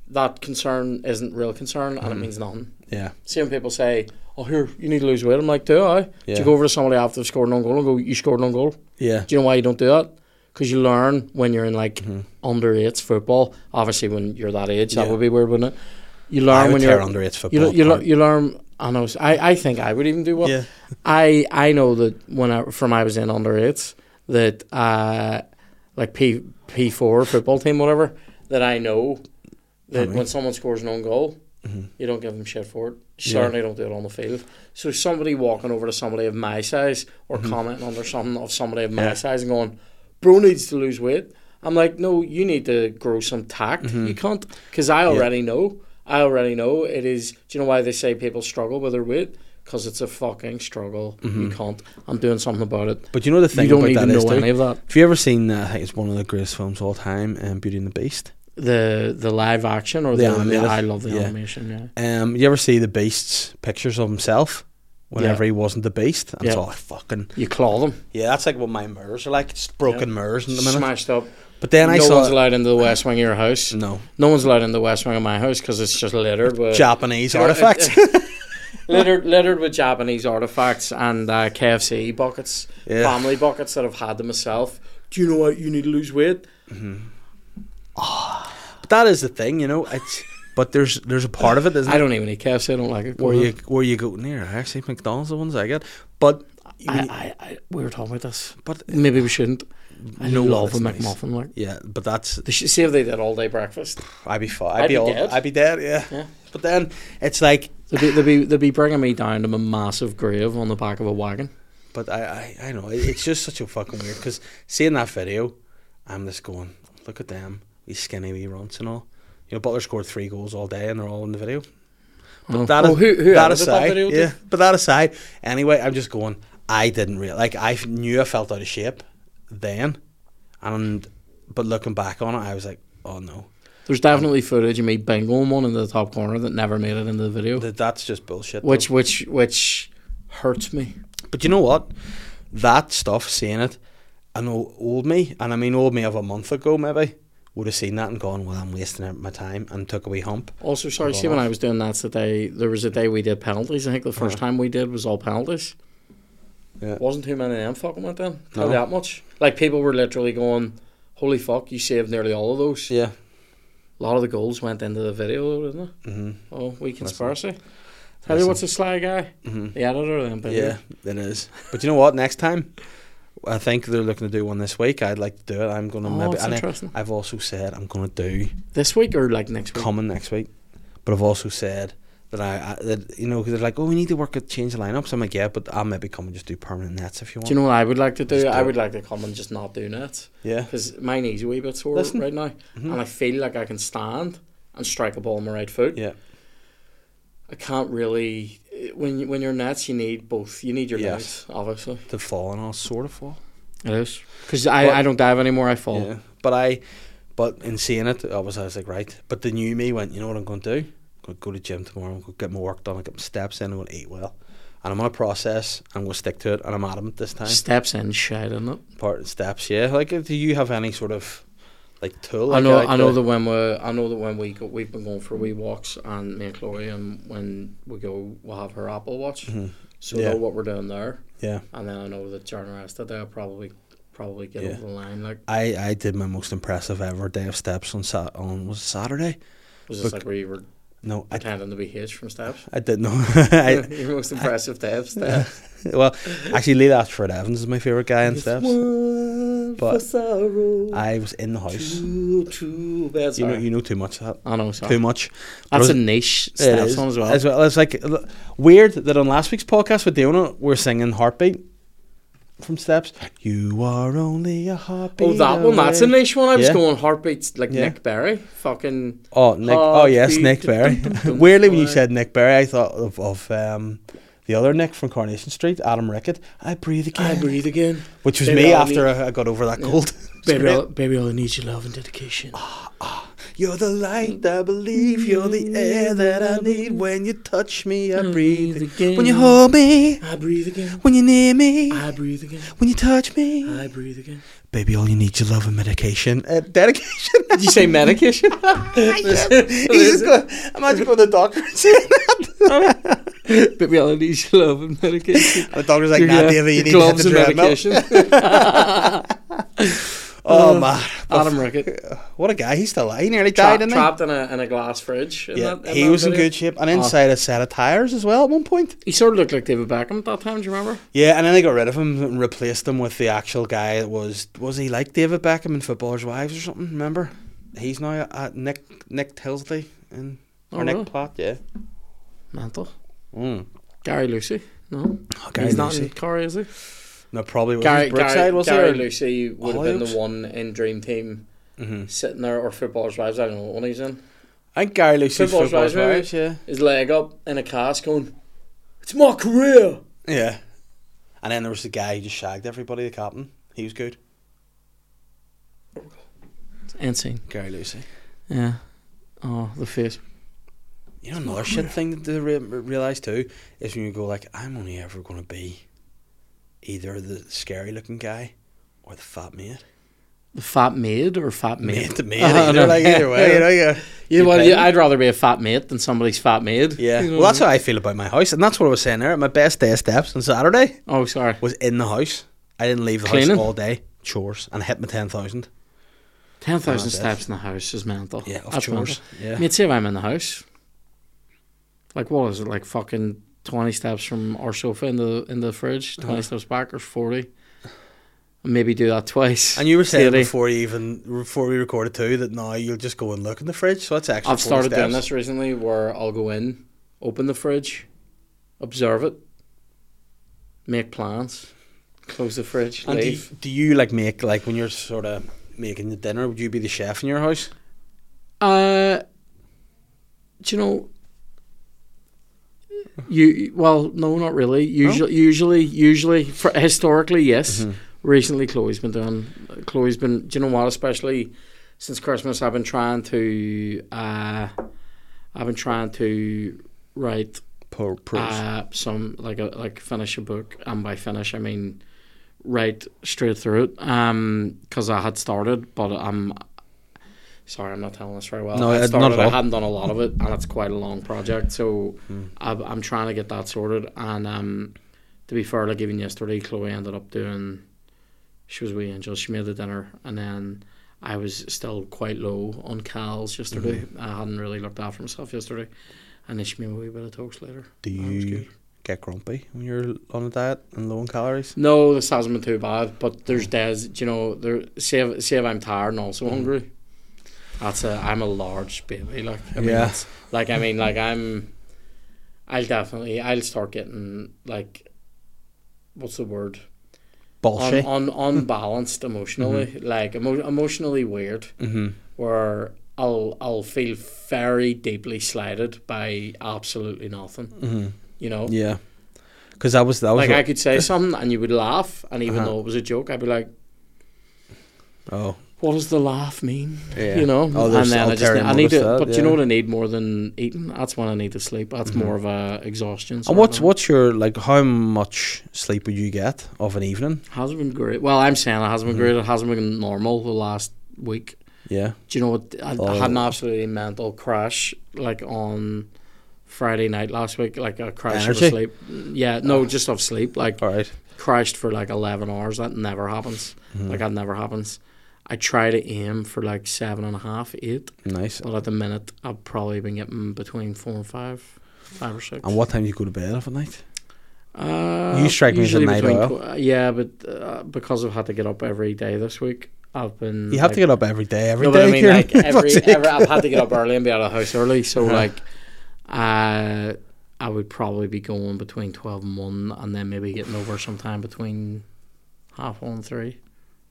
C: that concern isn't real concern and it means nothing.
A: Yeah.
C: Seeing people say, "Oh, here you need to lose weight," I'm like, "Do I?" Do
A: Yeah.
C: you go over to somebody after they've scored an own goal and go, "You scored an own goal"?
A: Yeah.
C: Do you know why you don't do that? Because you learn when you're in like under eights football. Obviously, when you're that age, that
A: Mm-hmm. Yeah.
C: would be weird, wouldn't it? You
A: I
C: learn
A: would
C: when
A: tear
C: you're
A: under eight
C: you
A: football.
C: lear- you, lear-
A: apart.
C: you learn. I know. I, I think I would even do well.
A: yeah.
C: I I know that when I from I was in under eights that uh like P P four football team whatever that I know that
A: Aye.
C: when someone scores an own goal
A: Mm-hmm.
C: you don't give them shit for it. Certainly don't do it on the field. So somebody walking over to somebody of my size or commenting under something of somebody of my
A: Mm-hmm. Yeah.
C: size and going, "Bro needs to lose weight." I'm like, "No, you need to grow some tact.
A: Mm-hmm.
C: You can't because I already know. I already know it is. Do you know why they say people struggle with their weight? Because it's a fucking struggle. You can't. I'm doing something about it.
A: But you know Mm-hmm. the thing
C: You don't
A: about
C: even
A: that is
C: know
A: too,
C: any of that.
A: Have you ever seen? Uh, I think it's one of the greatest films of all time, um, Beauty and the Beast.
C: The the live action or
A: The
C: the,
A: animated,
C: I love the
A: yeah.
C: animation. Yeah.
A: Um, you ever see the Beast's pictures of himself whenever
C: Yeah.
A: he wasn't the Beast? And It's
C: Yeah.
A: all like fucking
C: You claw them,
A: yeah. That's like what my mirrors are like. It's broken mirrors in the minute.
C: smashed up.
A: But then I
C: no one's
A: saw
C: allowed into the west wing of your house.
A: no
C: No one's allowed in the west wing of my house because it's just littered with
A: Japanese
C: You know, it-
A: artifacts.
C: [LAUGHS] littered littered with Japanese artifacts and uh, KFC buckets,
A: Yeah.
C: family buckets that I've had to myself. Do you know what? You need to lose weight.
A: [LAUGHS] but that is the thing, you know. It's but there's there's a part of it isn't
C: I don't even eat KFC. I don't like it.
A: where
C: Go
A: you
C: on.
A: where you go near. I actually McDonald's the ones I get, but you-
C: I, I, I, we were talking about this.
A: but
C: Maybe we shouldn't. I
A: No,
C: love
A: that's
C: a
A: nice.
C: McMuffin. Like,
A: yeah, but that's
C: they should see if they did all day breakfast.
A: I'd be fine. I'd,
C: I'd
A: be,
C: be
A: old.
C: dead.
A: I'd be dead. Yeah.
C: Yeah.
A: But then it's like,
C: They'd be, they'd be, they'd be bringing me down to my massive grave on the back of a wagon.
A: but I, I, I know it- it's just such a fucking weird because seeing that video, I'm just going, look at them, these skinny wee runts and all. You know, Butler scored three goals all day, and they're all in the video.
C: Oh.
A: But that,
C: Oh, who- who
A: that
C: edited that
A: aside,
C: video, Dave?
A: yeah. But that aside, anyway, I'm just going. I didn't real like I f- knew I felt out of shape then, and but looking back on it, I was like, oh no,
C: There's definitely footage of me bingoing one in the top corner that never made it into the video,
A: Th- that's just bullshit. though.
C: which which which hurts me.
A: But you know what? That stuff, seeing it, I know old me, and I mean old me of a month ago maybe, would have seen that and gone, well, I'm wasting out my time, and took a wee hump.
C: Also, sorry,
A: Go
C: see, when
A: on.
C: I was doing that today, there was a day we did penalties. I think the 1st time we did was all penalties.
A: Yeah.
C: Wasn't too many of them fucking went then.
A: No.
C: Tell you that much. Like, people were literally going, holy fuck, you saved nearly all of those.
A: Yeah.
C: A lot of the goals went into the video, though, didn't it?
A: Mm-hmm.
C: Oh, we
A: That's
C: conspiracy. Tell you what's a sly guy?
A: Mm-hmm.
C: The editor then, baby.
A: Yeah, it is. But you know what? Next time, I think they're looking to do one this week. I'd like to do it. I'm going to
C: Oh,
A: maybe.
C: that's
A: And I,
C: interesting.
A: I've also said I'm going to do
C: This week or like next week?
A: coming next week, but I've also said. That I, I that, you know, 'cause they're like, oh, we need to work at change the lineups. I'm like, yeah, but I'll maybe come and just do permanent nets if you want.
C: Do you know what I would like to do?
A: Just do
C: I
A: it.
C: would like to come and just not do nets
A: yeah, Mm-hmm.
C: because my knees a wee bit sore
A: Listen. Hmm.
C: right now, and I feel like I can stand and strike a ball on my right foot.
A: yeah,
C: I can't really when you, when you're nuts, you need both. You need your
A: Yes.
C: legs, obviously.
A: to fall and I'll sort of fall.
C: It is because I,
A: But-
C: I don't dive anymore. I fall.
A: Yeah. But I, but in seeing it, I was, I was like, right. But the new me went, you know what I'm going to do? I'm going to go to the gym tomorrow. I'm going to get my work done. I get my steps in. I'm going to eat well. And I'm on a process. I'm going to stick to it. And I'm adamant this time.
C: Steps in shit, isn't it?
A: Part of steps, yeah. Like, uh, do you have any sort of like tool?
C: I
A: Like,
C: know.
A: like
C: I know
A: the-
C: that when we I know that when we go, we've been going for wee walks and me and Chloe, and when we go, we'll have her Apple Watch, so
A: Mm-hmm. Yeah.
C: know what we're doing there.
A: Yeah.
C: And then I know that during the rest of the day, I'll probably probably get
A: Yeah.
C: over the line. Like
A: I, I did my most impressive ever day of steps on sat on was it Saturday.
C: was this
A: Bec-
C: like where you were
A: No, I
C: pretending to be H from steps?
A: I didn't know. [LAUGHS]
C: [LAUGHS]
A: I,
C: Your most impressive day of
A: [LAUGHS]
C: steps.
A: well, actually, Lee Ashford Evans is my favorite guy in steps.
C: One
A: But
C: for sorrow.
A: I was in the house.
C: Too, too bad.
A: You know, you know too much of that.
C: I know.
A: Too
C: Sorry.
A: much.
C: That's
A: But
C: a niche
A: It
C: steps
A: is,
C: on as well.
A: As well, it's like l- weird that on last week's podcast with Diona, we're singing "Heartbeat" from Steps. You are only a heartbeat.
C: Oh, that one. That's a
A: away.
C: niche one. I was
A: Yeah.
C: going heartbeats like
A: Yeah.
C: Nick Berry. Fucking.
A: Oh, Nick. Oh, yes,
C: Heartbeat.
A: Nick Berry.
C: Dum, dum, dum,
A: [LAUGHS] Weirdly, when you
C: dum.
A: said Nick Berry, I thought of, of um, the other Nick from Coronation Street, Adam Rickett. I breathe
C: I
A: again,
C: [SIGHS] breathe again.
A: which was
C: Baby,
A: me
C: I'll
A: after I, I got over that cold. [LAUGHS] It's
C: Baby,
A: great.
C: I'll, baby, all I need your love and dedication.
A: You're the light I believe. You're the air that I need. When you touch me,
C: Mm.
A: I breathe.
C: again.
A: When you hold me,
C: I breathe again.
A: when you're near me,
C: I breathe again.
A: when you touch me.
C: I breathe
A: [LAUGHS]
C: again.
A: Baby, all you need is love and medication. Uh,
C: [LAUGHS]
A: dedication.
C: Did you say [LAUGHS] medication?
A: He's just gonna, imagine going to the doctor and
C: [LAUGHS]
A: saying
C: but reality is love and medication.
A: The doctor's like, nah, David, you need to hit
C: gloves
A: the
C: and
A: treadmill.
C: medication.
A: [LAUGHS]
C: Uh-huh.
A: Oh, man.
C: Adam [LAUGHS] Rickett.
A: What a guy. He's still alive. He nearly
C: Tra-
A: died, didn't he?
C: trapped in a, in a glass fridge. in
A: Yeah,
C: that- Oh.
A: he
C: that
A: was in
C: video.
A: good shape. And inside a set of tires as well at one point.
C: He sort of looked like David Beckham at that time, do you remember?
A: Yeah, and then they got rid of him and replaced him with the actual guy that was was he like David Beckham in Footballers' Wives or something? Remember, he's now at Nick Nick Tilsley and or
C: Oh,
A: Nick
C: really?
A: Platt. Yeah.
C: Mental.
A: Mm.
C: Gary Lucy? No.
A: Gary
C: He's not
A: Lucy.
C: in Corey, is he?
A: No, probably was
C: Gary,
A: Gary, Brookside
C: Gary,
A: was
C: Gary
A: there.
C: Lucy would have been
A: Hollyoaks?
C: the one in Dream Team
A: Mhm.
C: sitting there, or Footballers' Wives, I don't know what one he's in.
A: I think Gary Lucy's
C: Footballers'
A: Footballers',
C: Wives, maybe?
A: Wives. Yeah.
C: His leg up in a cast going, It's my career!
A: Yeah. And then there was the guy who just shagged everybody. The captain. He was good.
C: It's insane.
A: Gary Lucy.
C: Yeah. Oh, the face.
A: You know another shit thing that they re- realize too is when you go like, I'm only ever going to be either the scary looking guy or the fat mate.
C: The fat maid or fat mate?
A: Mate to
C: [LAUGHS]
A: mate,
C: Uh-huh,
A: either,
C: no.
A: like either way, you know. Yeah,
C: [LAUGHS] You know what,
A: Depending.
C: I'd rather be a fat mate than somebody's fat maid.
A: yeah.
C: [LAUGHS] You know
A: Well, that's
C: what
A: how I feel about my house, and that's what I was saying there. My best day of steps on Saturday
C: I mean? Oh, sorry.
A: was in the house. I didn't leave the
C: Cleaning?
A: house all day. Chores and I hit my ten thousand.
C: Ten
A: Oh,
C: thousand
A: that's-
C: steps in the house is mental.
A: Yeah, of
C: That's
A: chores. Yeah.
C: Mate, say if I'm in the house, like what is it? Like fucking twenty steps from our sofa in the in the fridge,
A: Uh-huh.
C: 20 steps back or forty. Maybe do that twice.
A: And you were saying
C: 80.
A: before you even before we recorded too that now you'll just go and look in the fridge. So that's actually
C: I've started doing this recently, where I'll go in, open the fridge, observe it, make plans, close the fridge,
A: And do you,
C: leave.
A: do you like make like when you're sort of making the dinner? Would you be the chef in your house?
C: Uh, do you know? You well, no, not really. Usually, usually, usually, for, historically, yes. Recently, Chloe's been doing. Chloe's been. Do you know what? Especially since Christmas, I've been trying to. Uh, I've been trying to write
A: Pro,
C: uh, some like a like finish a book, and by finish I mean write straight through it. Um, because I had started, but I'm sorry, I'm not telling this very well.
A: No,
C: I
A: uh,
C: had
A: not at
C: started,
A: all. Hmm.
C: I hadn't done a lot of it, and it's quite a long project. So I, I'm trying to get that sorted. And um, to be fair, like even yesterday, Chloe ended up doing. She was wee angel. She made the dinner, and then. I was still quite low on cals yesterday.
A: Mm-hmm.
C: I hadn't really looked after myself yesterday, and then she made me a wee bit of toast later.
A: do
C: That was good.
A: you get grumpy when you're on a diet and low in calories?
C: No, this hasn't been too bad, but there's days, do you know, there say if, say if I'm tired and also
A: Mm-hmm.
C: hungry. That's a I'm a large baby, like I mean
A: Yeah.
C: it's- like I mean like I'm I'll definitely I'll start getting like what's the word?
A: Bullshit.
C: Un, un, unbalanced emotionally, like emo- emotionally weird
A: mm-hmm.
C: where I'll I'll feel very deeply slighted by absolutely nothing. You know?
A: mm-hmm. Yeah, because that was that was
C: Oh. Like I
A: what-
C: could say something and you would laugh, and even
A: Uh-huh.
C: though it was a joke, I'd be like,
A: oh
C: "What does the laugh mean?"
A: Yeah.
C: You know,
A: Oh, there's
C: and then I just
A: ulterior
C: I need
A: motives
C: to.
A: to that,
C: but you
A: yeah. Mm-hmm.
C: know what I need more than eating? That's when I need to sleep. That's more of a exhaustion.
A: and
C: sort
A: what's
C: of-
A: what's your like how much sleep would you get of an evening?
C: hasn't been great. Well, I'm saying it hasn't been
A: Mm-hmm.
C: great. It hasn't been normal the last week.
A: Yeah,
C: Do you know what? I, I
A: Oh.
C: had an absolutely mental crash like on Friday night last week. Like a crash
A: Energy? Oh.
C: of sleep. Yeah, no, just of sleep. Like
A: all right.
C: crashed for like 11 hours. That never happens.
A: Mm-hmm.
C: Like, that never happens. I try to aim for like seven and a half, eight,
A: Nice.
C: but at the minute, I've probably been getting between four and five, five or six.
A: And what time do you go to bed at night?
C: Uh,
A: You strike me as a
C: usually
A: night
C: between
A: owl.
C: tw- uh, yeah, but uh, because I've had to get up every day this week, I've been.
A: You have
C: Mm, like-
A: to get up every day, every
C: no,
A: day.
C: but I mean,
A: Kieran. [LAUGHS] Uh-huh.
C: like
A: Fuck's
C: every,
A: sake.
C: every, I've had to get up early and be out of the house early. So like, uh, I would probably be going between twelve and one, and then maybe getting over sometime between half one and three.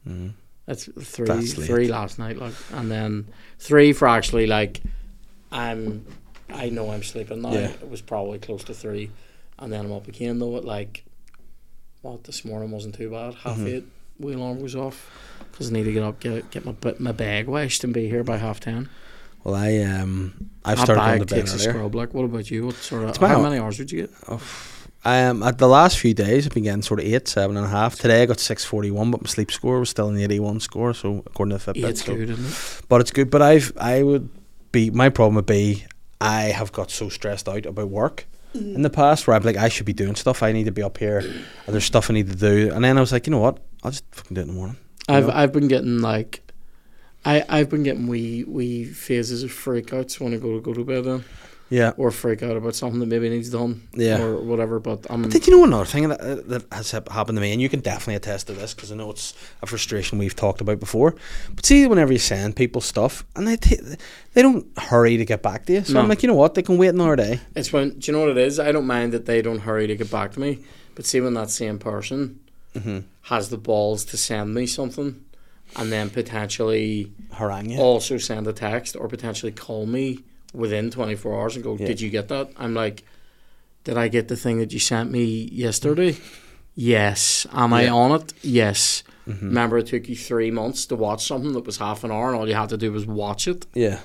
A: Mhm.
C: That's three,
A: That's late.
C: three last night, like, and then three for actually like, I'm, I know I'm sleeping now.
A: Yeah.
C: It was probably close to three, and then I'm up again though at like, what this morning wasn't too bad. Half
A: Mm-hmm.
C: eight, wheel alarm was off. Because I need to get up, get, get my, b- my bag washed and be here by half ten.
A: Well, I um, I've
C: That
A: started on
C: bag
A: the bed
C: takes a
A: earlier.
C: scrub. Like, what about you? What sort of?
A: It's about-
C: How many hours did you get?
A: Um, at the last few days, I've been getting sort of eight, seven and a half. Today I got six forty one, but my sleep score was still an eighty one score. So according to the Fitbit,
C: Eight's
A: so-
C: good, isn't it?
A: but it's good. But I've I would be my problem would be I have got so stressed out about work in the past where I'm like I should be doing stuff. I need to be up here, and there's stuff I need to do. And then I was like, you know what? I'll just fucking do it in the morning.
C: I've
A: know?
C: I've been getting like, I I've been getting wee wee phases of freakouts when I go to go to bed then,
A: Yeah.
C: or freak out about something that maybe needs done,
A: Yeah.
C: or whatever. But I'm
A: Did you know another thing that, uh, that has hap- happened to me, and you can definitely attest to this because I know it's a frustration we've talked about before. But see, whenever you send people stuff, and they t- they don't hurry to get back to you, so I'm
C: No.
A: like, you know what, they can wait another day.
C: It's when do you know what it is? I don't mind that they don't hurry to get back to me, but see when that same person
A: Mhm.
C: has the balls to send me something, and then potentially
A: Harangue you.
C: also send a text or potentially call me within twenty four hours and go,
A: Yeah.
C: "Did you get that?" I'm like, "Did I get the thing that you sent me yesterday?" Yes. Am I
A: Yeah. Mm-hmm.
C: on it? Yes. Remember, it took you three months to watch something that was half an hour, and all you had to do was watch it,
A: Yeah,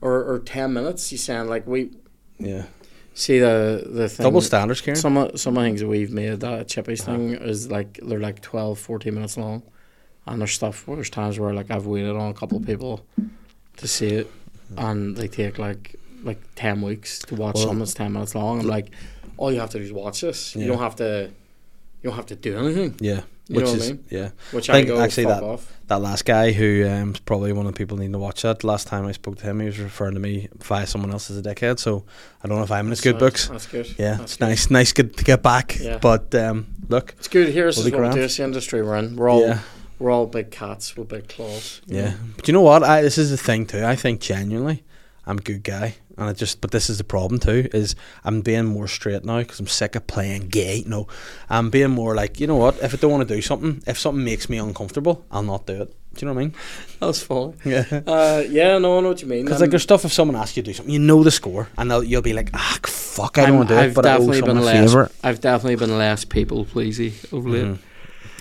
C: or, or ten minutes. You sound like we
A: yeah.
C: see the the thing.
A: Double standards, Karen.
C: Some of, some of the things that we've made that Chippy's thing is like they're like 12, 14 minutes long, and there's stuff. There's times where like I've waited on a couple of people to see it, and they take like like ten weeks to watch
A: Well-
C: something that's ten minutes long. I'm like, all you have to do is watch this.
A: Yeah.
C: You don't have to, you don't have to do anything.
A: yeah,
C: You
A: which
C: know what I
A: is
C: mean?
A: yeah.
C: Which I
A: Think
C: go
A: actually
C: fuck
A: that-
C: off.
A: That last guy who um, is probably one of the people needing to watch that. Last time I spoke to him, he was referring to me via someone else as a dickhead. So I don't know if I'm in his good
C: So
A: books.
C: That's good.
A: Yeah,
C: That's
A: it's
C: good.
A: nice, nice good to get back.
C: Yeah.
A: But um, look,
C: It's good. Here's
A: Will
C: is
A: be
C: what we
A: grand.
C: do. It's the industry we're in. We're all
A: yeah.
C: we're all big cats with big claws. you
A: Yeah,
C: know?
A: but you know what? I this is the thing too. I think genuinely, I'm a good guy, and I just. But this is the problem too. Is I'm being more straight now because I'm sick of playing gay. No, I'm being more like you know what? If I don't want to do something, if something makes me uncomfortable, I'll not do it. Do you know what I mean?
C: That was funny.
A: Yeah.
C: Uh, [LAUGHS] yeah, no, I know what
A: [LAUGHS]
C: you mean.
A: Because
C: I'm-
A: like there's stuff if someone asks you to do something, you know the score, and they'll, you'll be like, ah, fuck, I don't
C: I'm-
A: want to do
C: I've
A: it, but I owe
C: definitely
A: someone a
C: been less-
A: favour.
C: I've definitely been less people pleasy of late.
A: Mhm.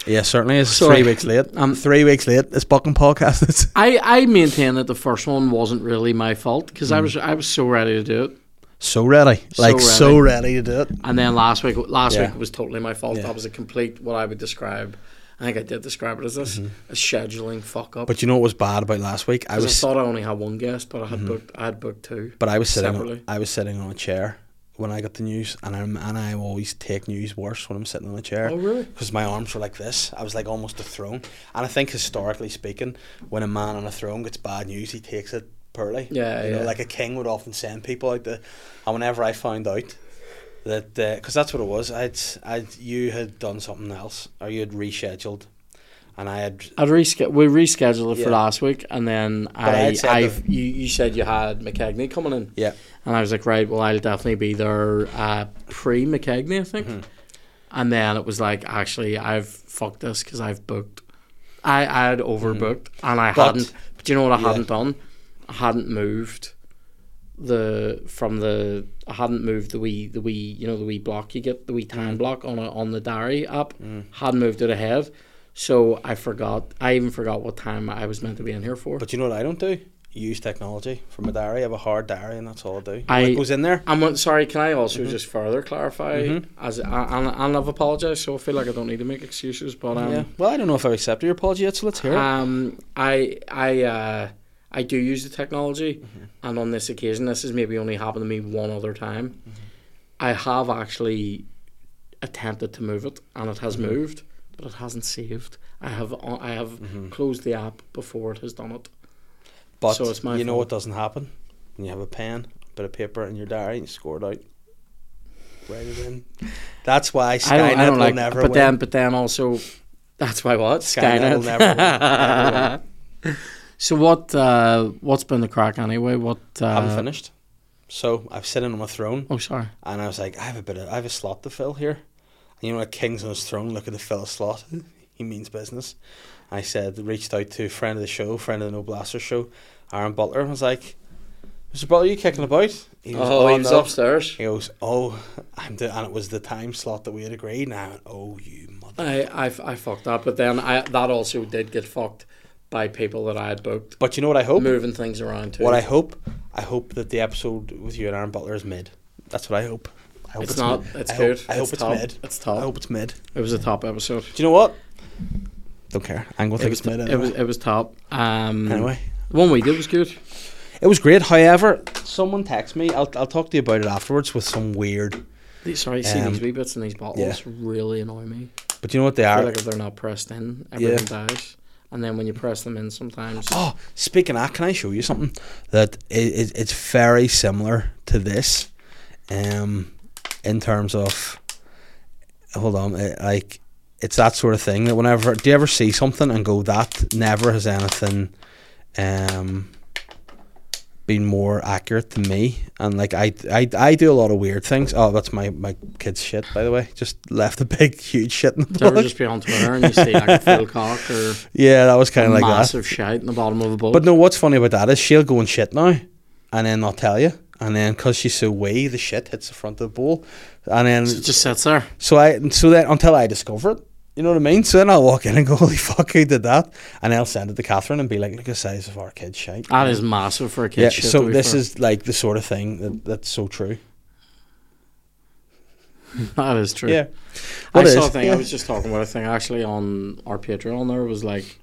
A: Yeah, certainly. It's
C: Sorry.
A: three weeks late. I'm
C: Um,
A: three weeks late. This fucking podcast is. [LAUGHS]
C: I, I maintain that the first one wasn't really my fault because
A: Mm.
C: I was I was so ready to do it,
A: So ready,
C: So
A: like so ready to do it.
C: and then last week last
A: Yeah.
C: week was totally my fault.
A: Yeah.
C: That was a complete what I would describe. I think I did describe it as this a scheduling fuck up.
A: Mm-hmm. But you know what was bad about last week? I
C: 'Cause I,
A: was Mm-hmm.
C: thought I only had one guest, but I had booked I had booked two.
A: But I was sitting.
C: Separately.
A: I was sitting on a chair when I got the news, and I'm and I always take news worse when I'm sitting on a chair.
C: Oh, really?
A: Because my arms were like this. I was like almost a throne. And I think historically speaking, when a man on a throne gets bad news, he takes it poorly.
C: Yeah,
A: you know,
C: yeah.
A: like a king would often send people out the. And whenever I found out that, because that's what it was, I'd I'd you had done something else, or you had rescheduled, and I had
C: I'd reschedule. We rescheduled it
A: Yeah.
C: for last week, and then
A: I
C: I
A: had said
C: I you, you said you had McKegney coming in.
A: yeah.
C: And I was like, right, well, I'll definitely be there uh, pre McKegney, I
A: Mm-hmm.
C: think. And then it was like, actually, I've fucked this because I've booked. I, I had overbooked and I
A: Mm-hmm. But-
C: hadn't. Do you know what I
A: Yeah.
C: hadn't done? I hadn't moved the from the I hadn't moved the wee the wee you know the wee block you get the wee
A: Mm-hmm.
C: time block on a, on the diary app
A: Mm.
C: hadn't moved it ahead, so I forgot. I even forgot what time I was meant to be in here for.
A: But you know what I don't do? Use technology from a diary. I have a hard diary, and that's all I do.
C: I-
A: it goes in there.
C: I'm uh, sorry. Can I also
A: Mm-hmm.
C: just further clarify? As I, I, I've apologized, so I feel like I don't need to make excuses. But um,
A: yeah. Well, I don't know if I accept your apology yet, so let's hear it.
C: um, I I uh, I do use the technology,
A: Mm-hmm.
C: and on this occasion, this has maybe only happened to me one other time.
A: Mm-hmm.
C: I have actually attempted to move it, and it
A: Mm-hmm.
C: has moved, but it hasn't saved. I have o- I have
A: Mm-hmm.
C: closed the app before it has done it.
A: but
C: so it's my
A: you know
C: fault.
A: what doesn't happen? When you have a pen, a bit of paper, and your diary, and you score it out. Write it in. That's why Skynet
C: I don't, I don't
A: will
C: like,
A: never
C: but
A: win.
C: then but then also, that's why what
A: Skynet, will never win.
C: [LAUGHS]
A: Never win.
C: So what? Uh, what's been the crack anyway? What? Uh,
A: I haven't finished. So I've sitting on my throne,
C: Oh, sorry.
A: and I was like, I have a bit of, I have a slot to fill here. And you know, when a king's on his throne, look at the fill a slot. [LAUGHS] he means business. I said, reached out to a friend of the show, friend of the No Blaster show, Aaron Butler, and was like, Mr. Butler, you kicking about? Oh, He
C: Oh,
A: no.
C: upstairs.
A: He goes, oh, I'm do-, and it was the time slot that we had agreed. And I went, oh, you mother.
C: I, I, I fucked up, but then I that also did get fucked by people that I had booked,
A: But you know what I hope?
C: moving things around too.
A: What I hope? I hope that the episode with you and Aaron Butler is mid. That's what I hope. I hope
C: it's, not.
A: mid.
C: It's
A: I
C: good.
A: Hope, I hope it's,
C: top.
A: mid.
C: It's
A: I
C: top.
A: hope it's mid.
C: It was a top episode.
A: Do you know what? Don't care. I'm gonna
C: It
A: think
C: was,
A: it's mid. Anyway.
C: it was. It was top. Um,
A: anyway.
C: the one we did was good.
A: It was great. However, someone texted me. I'll, I'll talk to you about it afterwards with some weird.
C: These, sorry, see
A: Um,
C: these wee bits in these bottles really annoy me.
A: But you know what they
C: I
A: are?
C: feel like if they're not pressed in, everything dies. And then when you press them in, sometimes
A: oh, speaking of that, can I show you something that i i it's very similar to this um, in terms of. Hold on. It, like, it's that sort of thing that whenever. Do you ever see something and go, that never has anything. Um, been more accurate than me and like I, I I do a lot of weird things oh that's my my kid's shit by the way just left a big huge shit in the
C: do you ever
A: plug.
C: just be on Twitter and you
A: [LAUGHS]
C: see like a full cock or
A: yeah that was kind of like that
C: massive shite in the bottom of a bowl.
A: But no, what's funny about that is she'll go and shit now, and then not tell you, and then because she's so wee, the shit hits the front of the bowl, and then
C: it just sits there.
A: so I so then until I discover it, you know what I mean. So then I'll walk in and go, [LAUGHS] holy fuck, who did that? And I'll send it to Catherine and be like, look at the size of our kid's shite.
C: That is massive for a kid.
A: yeah,
C: Ah, shit, to
A: so
C: be
A: this
C: fair.
A: is like the sort of thing that, that's so true.
C: [LAUGHS] that is true.
A: Yeah,
C: I
A: What
C: saw
A: is?
C: a thing.
A: Yeah.
C: I was just talking about a thing actually on our Patreon. There was like,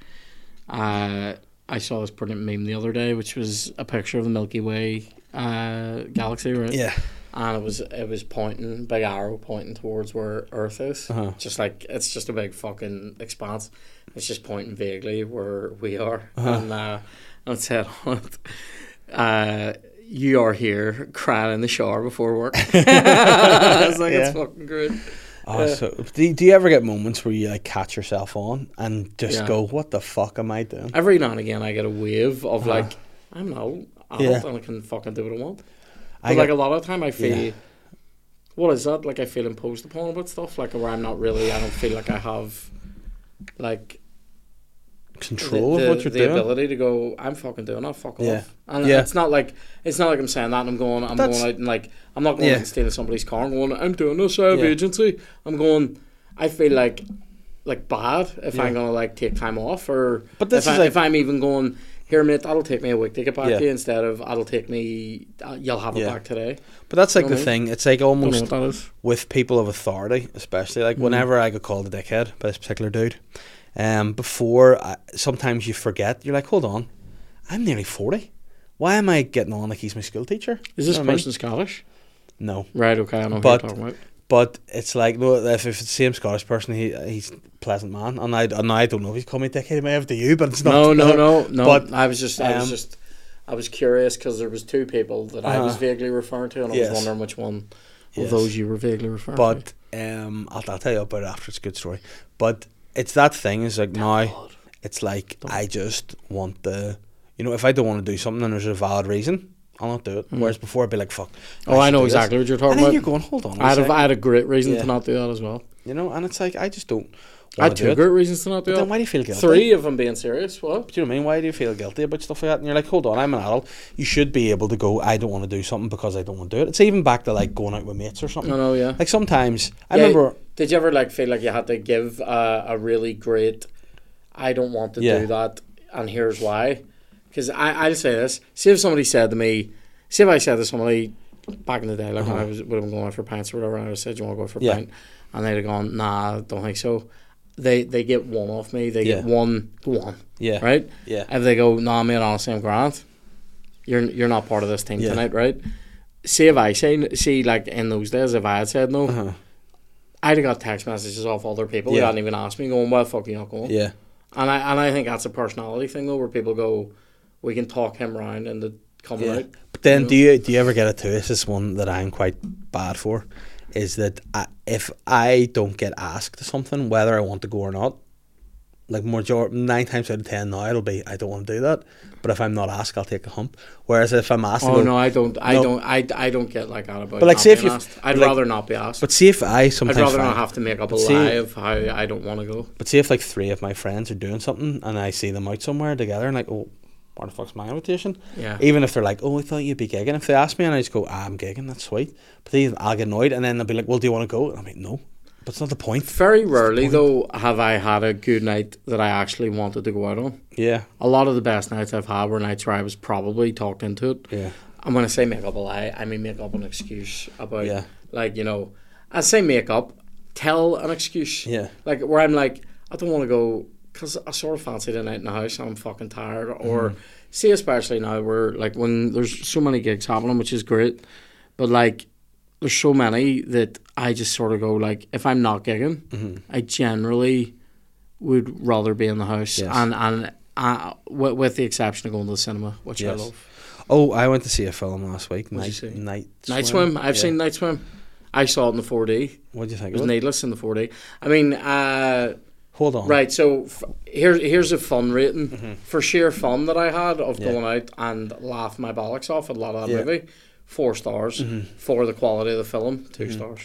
C: uh, I saw this brilliant meme the other day, which was a picture of the Milky Way uh, galaxy,
A: [LAUGHS]
C: right?
A: yeah,
C: And it was it was pointing big arrow pointing towards where Earth is.
A: Uh-huh.
C: Just like it's just a big fucking expanse. It's just pointing vaguely where we are,
A: Uh-huh.
C: and uh, and it said [LAUGHS] on it, uh, "You are here, crying in the shower before work." [LAUGHS] I was like,
A: Yeah.
C: "That's fucking great."
A: Oh, so do, you- do you ever get moments where you like catch yourself on and just
C: Yeah.
A: go, "What the fuck am I doing?"
C: every now and again I get a wave of like I'm no adult
A: Uh-huh. Yeah.
C: and I can fucking do what I want. But
A: I
C: like
A: get-
C: a lot of the time I feel
A: Yeah.
C: what is that? Like I feel imposed upon about stuff, like where I'm not really I don't feel like I have like the,
A: Control
C: the-
A: of what you're
C: the
A: doing.
C: ability to go, I'm fucking doing that, fuck
A: Yeah.
C: off. And
A: Yeah.
C: it's not like it's not like I'm saying that and I'm going I'm
A: That's-
C: going out and like I'm not going
A: Yeah.
C: out and stealing somebody's car and going, I'm doing this, I have
A: Yeah.
C: agency. I'm going I feel like like bad if
A: Yeah.
C: I'm gonna like take time off or
A: But this
C: if,
A: is
C: I,
A: like-
C: if I'm even going here mate that'll take me a week to get back
A: Yeah.
C: to you instead of that'll take me uh, you'll have it
A: Yeah.
C: back today
A: But that's like the
C: Mhm.
A: thing. It's like
C: don't know
A: almost
C: what that is
A: with people of authority, especially
C: Mm.
A: like whenever I got called a dickhead by this particular dude, um, before I, sometimes you forget. You're like, hold on, I'm nearly forty. Why am I getting on like he's my school teacher?
C: is this
A: You know what I mean?
C: person Scottish
A: No,
C: right okay I know
A: But-
C: what you're talking about
A: but it's like no. If, if it's the same Scottish person, he he's a pleasant man, and I and I don't know if he's called me a dickhead. He may have to you, but it's not. [LAUGHS]
C: no no no no
A: But
C: I was just I
A: um,
C: was just I was curious because there was two people that I was
A: Uh-huh.
C: vaguely referring to and I
A: Yes.
C: was wondering which one
A: Yes.
C: of those you were vaguely referring to
A: But um, I'll, I'll tell you about it after. It's a good story. But it's that thing. Is like now, it's like I just want the. You know, if I don't want to do something and there's a valid reason, I'll not do it. Whereas before, I'd be like, "Fuck."
C: Hmm. oh I
A: should
C: know
A: do this.
C: exactly what you're
A: And
C: talking
A: then you're
C: about
A: going, "Hold on." a
C: I had a,
A: sec,"
C: I had a great reason
A: Yeah.
C: to not do that as well
A: you know, and it's like I just don't.
C: I
A: wanna
C: had
A: do
C: two
A: it.
C: great reasons to not do
A: But then why
C: that
A: do you feel guilty?
C: three of them being serious what
A: Do you know what I mean? Why do you feel guilty about stuff like that? And you're like, hold on, I'm an adult. You should be able to go. I don't want to do something because I don't want to do it. It's even back to like going out with mates or something.
C: no no yeah
A: Like sometimes I
C: Yeah,
A: remember.
C: Did you ever like feel like you had to give uh, a really great? I don't want to
A: Yeah.
C: do that, and here's why. Because I I'll say this. See if somebody said to me, see if I said to somebody back in the day, like when I was would have been going out for pints or whatever, and I said, "Do you want to go out for a
A: Uh-huh. Yeah.
C: pint?" and they'd have gone, "Nah, I don't think so." They they get one off me. They get
A: Yeah.
C: one go on
A: Yeah.
C: right.
A: Yeah.
C: If they go, "Nah, mate, honestly, I'm grand. You're you're not part of this team
A: Yeah.
C: tonight, right?" See if I say see like in those days if I had said no.
A: Uh-huh.
C: I'd have got text messages off other people
A: Yeah.
C: who hadn't even asked me, going, "Well, fuck you, not going."
A: Yeah.
C: And I and I think that's a personality thing though, where people go, "We can talk him round and the coming
A: Yeah.
C: out."
A: But then,
C: know?
A: do you do you ever get it too? This is one that I'm quite bad for. Is that I, if I don't get asked to something, whether I want to go or not, like major nine times out of ten now it'll be I don't want to do that. But if I'm not asked, I'll take the hump. Whereas if I'm asked, to
C: Oh
A: go-
C: no, I don't. I
A: No.
C: don't. I, I don't get like that about.
A: But, like,
C: not
A: say if
C: being
A: you-
C: asked. I'd
A: like-
C: rather not be asked.
A: But see if I
C: I'd
A: sometimes
C: rather not
A: find-
C: have to make up a
A: But see-
C: lie of how I don't want to go.
A: But see if like three of my friends are doing something and I see them out somewhere together and like, oh, where the fuck's my invitation?
C: Yeah.
A: Even if they're like, oh, I thought you'd be gigging. If they ask me and I just go, ah, I'm gigging, that's sweet. But then I'll get annoyed and then they'll be like, well, do you want to go? And I'm like, no. But it's not the point.
C: Very rarely, though, have I had a good night that I actually wanted to go out on.
A: Yeah.
C: A lot of the best nights I've had were nights where I was probably talked into it.
A: Yeah.
C: And when I say make up a lie, I mean make up an excuse about,
A: Yeah.
C: like, you know, I say make up, tell an excuse.
A: Yeah.
C: Like, where I'm like, I don't want to go because I sort of fancied a night in the house and I'm fucking tired.
A: Mm-hmm.
C: Or, see, especially now where, like, when there's so many gigs happening, which is great, but, like, there's so many that I just sort of go, like, if I'm not gigging,
A: Mm-hmm.
C: I generally would rather be in the house.
A: Yes.
C: And, and, uh, with, with the exception of going to the cinema, which I
A: Yes.
C: love.
A: Oh, I went to see a film last week.
C: What'd
A: Night,
C: you see?
A: night,
C: Night Swim. I've
A: Yeah.
C: seen Night Swim. I saw it in the 4D.
A: What do you
C: It
A: think?
C: was
A: Of it?
C: needless in the 4D. I mean, uh,
A: Hold on.
C: right. So f- here, here's a fun rating for sheer fun that I had of
A: Mm-hmm. Yeah.
C: going out and laughing my bollocks off at a lot of that
A: Yeah. Mm-hmm.
C: movie. Four stars for the quality of the film. 2 stars.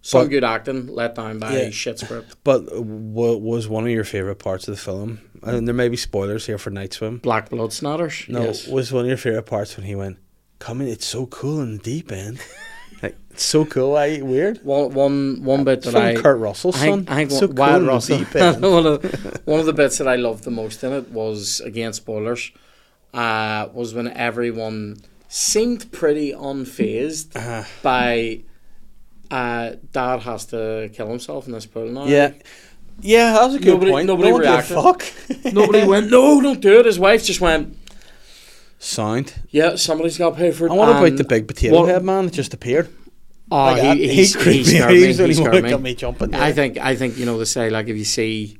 C: Some
A: But-
C: good acting, let down by
A: Yeah.
C: shit script.
A: But what was one of your favorite parts of the film? And there may be spoilers here for Night Swim.
C: Black blood snatters.
A: No,
C: Yes.
A: was one of your favorite parts when he went, "Coming, it's so cool in the deep
C: [LAUGHS]
A: end." like, it's so cool. I weird.
C: One, one, one bit that
A: From
C: I
A: Kurt Russell's
C: I
A: son.
C: think, I think
A: so
C: one-
A: cool
C: Wyatt
A: in the
C: Russell- [LAUGHS]
A: deep end.
C: one, of, the- one of the bits that I loved the most in it was again spoilers. Uh, was when everyone seemed pretty unfazed
A: Uh-huh.
C: by uh, Dad has to kill himself in this pool now.
A: Yeah, yeah, that was a good
C: Nobody-
A: point.
C: nobody
A: no one gave a
C: reacted. [LAUGHS]
A: Fuck.
C: [LAUGHS] Nobody went, no, don't do it. His wife just went,
A: Sound.
C: yeah, somebody's got to pay for it.
A: And what about
C: And-
A: the big potato
C: what-
A: head man that just appeared?
C: Oh,
A: Like,
C: he,
A: I-
C: he's,
A: creeped
C: he's,
A: me out. [LAUGHS]
C: scared me.
A: He's the
C: He
A: only one
C: scared
A: that
C: me.
A: got me jumping.
C: I think I think you know they say like if you see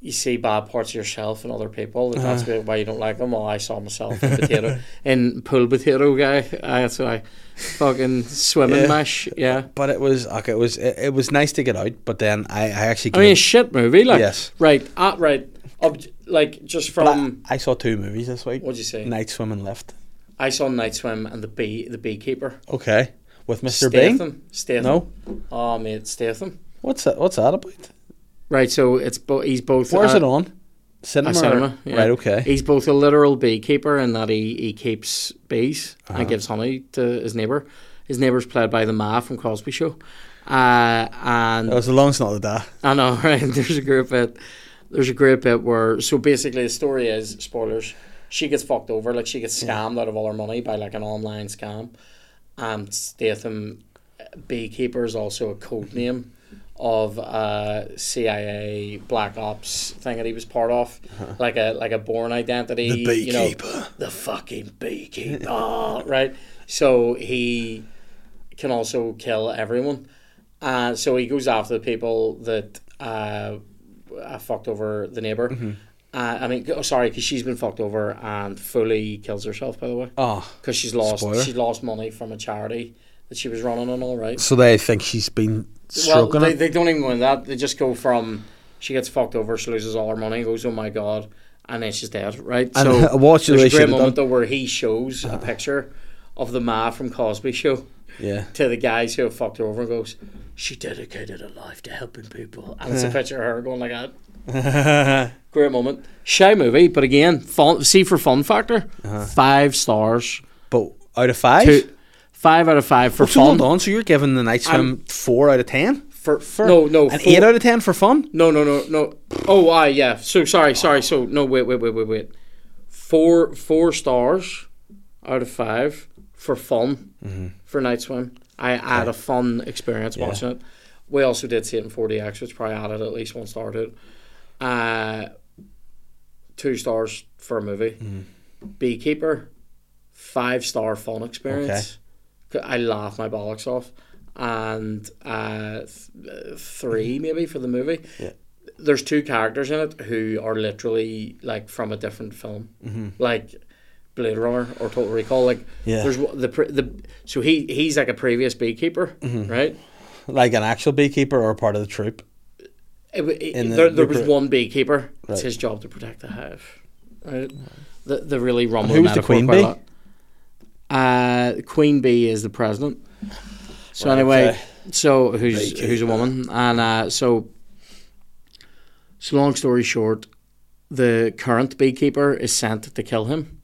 C: you see bad parts of yourself and other people that
A: Uh-huh.
C: that's why- why you don't like them. Well, I saw myself
A: [LAUGHS]
C: in potato in pool potato guy. I, that's what I fucking swimming
A: Yeah.
C: mash. Yeah,
A: But it was okay. It was it, it was nice to get out, but then I, I actually
C: I mean
A: gave-
C: a shit movie. Like
A: Yes.
C: right, uh, right, ob- like just
A: but I-
C: from
A: I, saw two movies this week.
C: what'd you say?
A: Night Swim and Lift.
C: I saw Night Swim and the bee the beekeeper.
A: Okay, with Mr. Bean.
C: Statham. Statham.
A: No,
C: oh mate, Statham.
A: what's that? What's that about?
C: Right, so it's bo- he's both.
A: Where's
C: uh,
A: it on? Cinema.
C: A
A: or-
C: cinema, yeah.
A: Right. Okay.
C: He's both a literal beekeeper in that he, he keeps bees
A: Uh-huh.
C: and gives honey to his neighbour. His neighbour's played by the Ma from Crosby Show. Uh, and
A: It was the long snot of that.
C: I know, [LAUGHS] right? There's a great bit. There's a great bit where so basically the story is spoilers. She gets fucked over, like she gets scammed out of all her money by like an online scam. And Statham Beekeeper is also a code name of uh, a CIA black ops thing that he was part of, like a like a born identity.
A: The
C: you know,
A: beekeeper.
C: the fucking beekeeper, Ah, [LAUGHS] right? So he can also kill everyone. Uh, so he goes after the people that uh, uh, fucked over the neighbor.
A: Mm-hmm.
C: Uh, I mean, oh, sorry, because she's been fucked over and fully kills herself. By the way,
A: Oh,
C: because she's lost,
A: Spoiler.
C: she lost money from a charity that she was running on. All right.
A: so they think she's been
C: Well,
A: stroking
C: they,
A: it.
C: they don't even go in that. They just go from she gets fucked over, she loses all her money, goes, oh my god, and then she's dead. Right.
A: And
C: so
A: what should
C: there's
A: they
C: a
A: should
C: great
A: have
C: moment
A: done?
C: though where he
A: [SIGHS]
C: shows a picture of the ma from Cosby Show
A: Yeah.
C: to the guys who have fucked her over and goes, she dedicated her life to helping people, and it's a picture of her going like that. [LAUGHS] Great moment, shy movie, but again, fun, see for fun factor, five stars,
A: but out of five.
C: two, five out of five for
A: so
C: fun.
A: hold on. So you're giving the Night Swim
C: I'm-
A: four out of ten.
C: For, no, no,
A: An
C: four-
A: eight out of ten for fun.
C: No, no, no, no. Oh, I yeah. So sorry, sorry. So no, wait, wait, wait, wait, wait. Four, four stars out of five for fun for night swim. I had a fun experience watching it. We also did see it in 4DX, which probably added at least one star to it. Uh, two stars for a movie. Beekeeper, five star fun experience. I laughed my bollocks off. And uh, th- uh, three, maybe, for the movie.
A: Yeah.
C: There's two characters in it who are literally like from a different film, like Blade Runner or Total Recall. Like,
A: Mm-hmm. Yeah.
C: there's wa- the pre- the so he he's like a previous beekeeper,
A: Mm-hmm.
C: right?
A: Like an actual beekeeper or part of the troop.
C: It, w- it-
A: In the-
C: there there was
A: the-
C: one beekeeper.
A: Right.
C: It's his job to protect the hive. Right? The the really rum.
A: who was the queen bee?
C: Uh, queen bee is the president. So anyway,
A: okay.
C: so who's who's a woman, and uh, so so long story short, the current beekeeper is sent to kill him,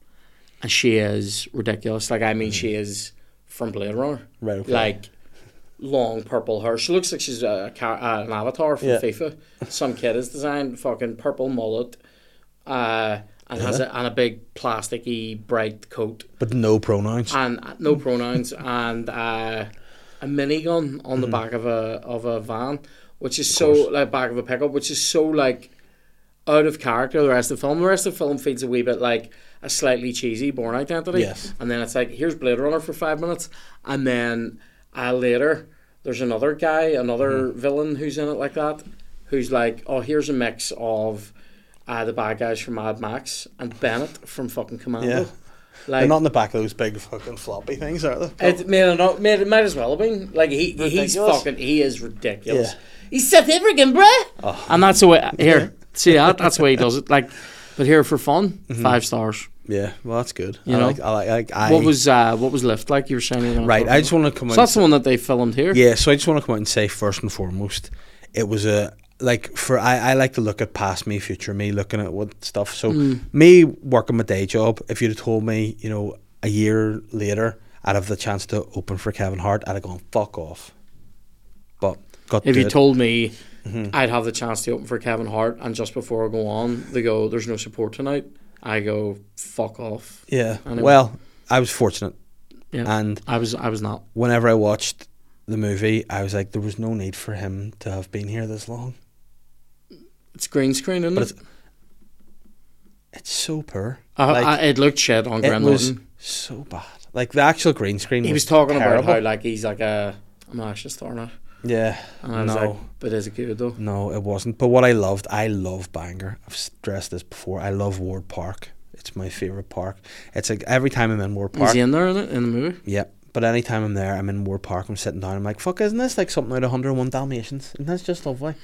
C: and she is ridiculous. Like I mean, she is from Blade Runner.
A: Right. Okay.
C: Like long purple hair. She looks like she's a, a, ca- uh, an avatar from
D: Yeah.
C: FIFA. Some kid has designed fucking purple mullet, uh, and has a, and a big plasticky bright coat
A: But no pronouns.
C: and uh, no pronouns and uh, a minigun on the
A: Mm-hmm.
C: back of a of a van, which is so like back of a pickup, which is so like out of character. The rest of the film, the rest of the film feels a wee bit like a slightly cheesy Born Identity.
A: Yes.
C: and then it's like here's Blade Runner for five minutes, and then uh, later there's another guy, another
A: Mm-hmm.
C: villain who's in it like that, who's like, oh, here's a mix of. Uh, the bad guys from Mad Max and Bennett from fucking Commando.
A: Yeah.
C: Like,
A: They're not in the back of those big fucking floppy things, are they?
C: it may or not may, it might as well have been like he he's
D: Ridiculous.
C: fucking he is ridiculous.
A: Yeah. Oh.
C: He's South African, bruh. And that's the way here. See that? That's the way he does it. Like, but here for fun, five stars.
A: Yeah, well, that's good.
C: You
A: I
C: know?
A: like, I like, I like, Mm-hmm. I,
C: What was uh, what was Lift like? You were saying you were gonna
A: right?
C: talk
A: I
C: about
A: just want to come
C: it.
A: out.
C: so that's the one that they filmed here.
A: Yeah, so I just want to come out and say first and foremost, it was a like for I, I like to look at past me, future me, looking at what stuff. So
C: Mm.
A: me working my day job, if you'd have told me, you know, a year later I'd have the chance to open for Kevin Hart, I'd have gone fuck off. But got
C: If
A: to
C: you
A: it.
C: told me
A: Mm-hmm.
C: I'd have the chance to open for Kevin Hart, and just before I go on, they go, "There's no support tonight." I go, "Fuck off."
A: yeah.
C: I know.
A: Well, I was fortunate,
C: Yeah.
A: and
C: I was I was not.
A: whenever I watched the movie, I was like, there was no need for him to have been here this long.
C: It's green screen, isn't
A: But
C: it?
A: it's it's so poor.
C: I,
A: like-
C: I, it looked shit on Graham
A: it was
C: Norton.
A: so bad. Like the actual green screen.
C: he was talking
A: terrible.
C: about how like he's like a I'm an action star now.
A: Yeah.
C: And I was
A: No.
C: like, but is it good though?
A: No, it wasn't. But what I loved, I love Bangor. I've stressed this before. I love Ward Park. It's my favorite park. It's like every time I'm in Ward
C: Is
A: Park.
C: he in there in it in the movie?
A: Yep. But anytime I'm there, I'm in Moore Park, I'm sitting down, I'm like, fuck, isn't this like something out of 101 Dalmatians? Isn't this just lovely?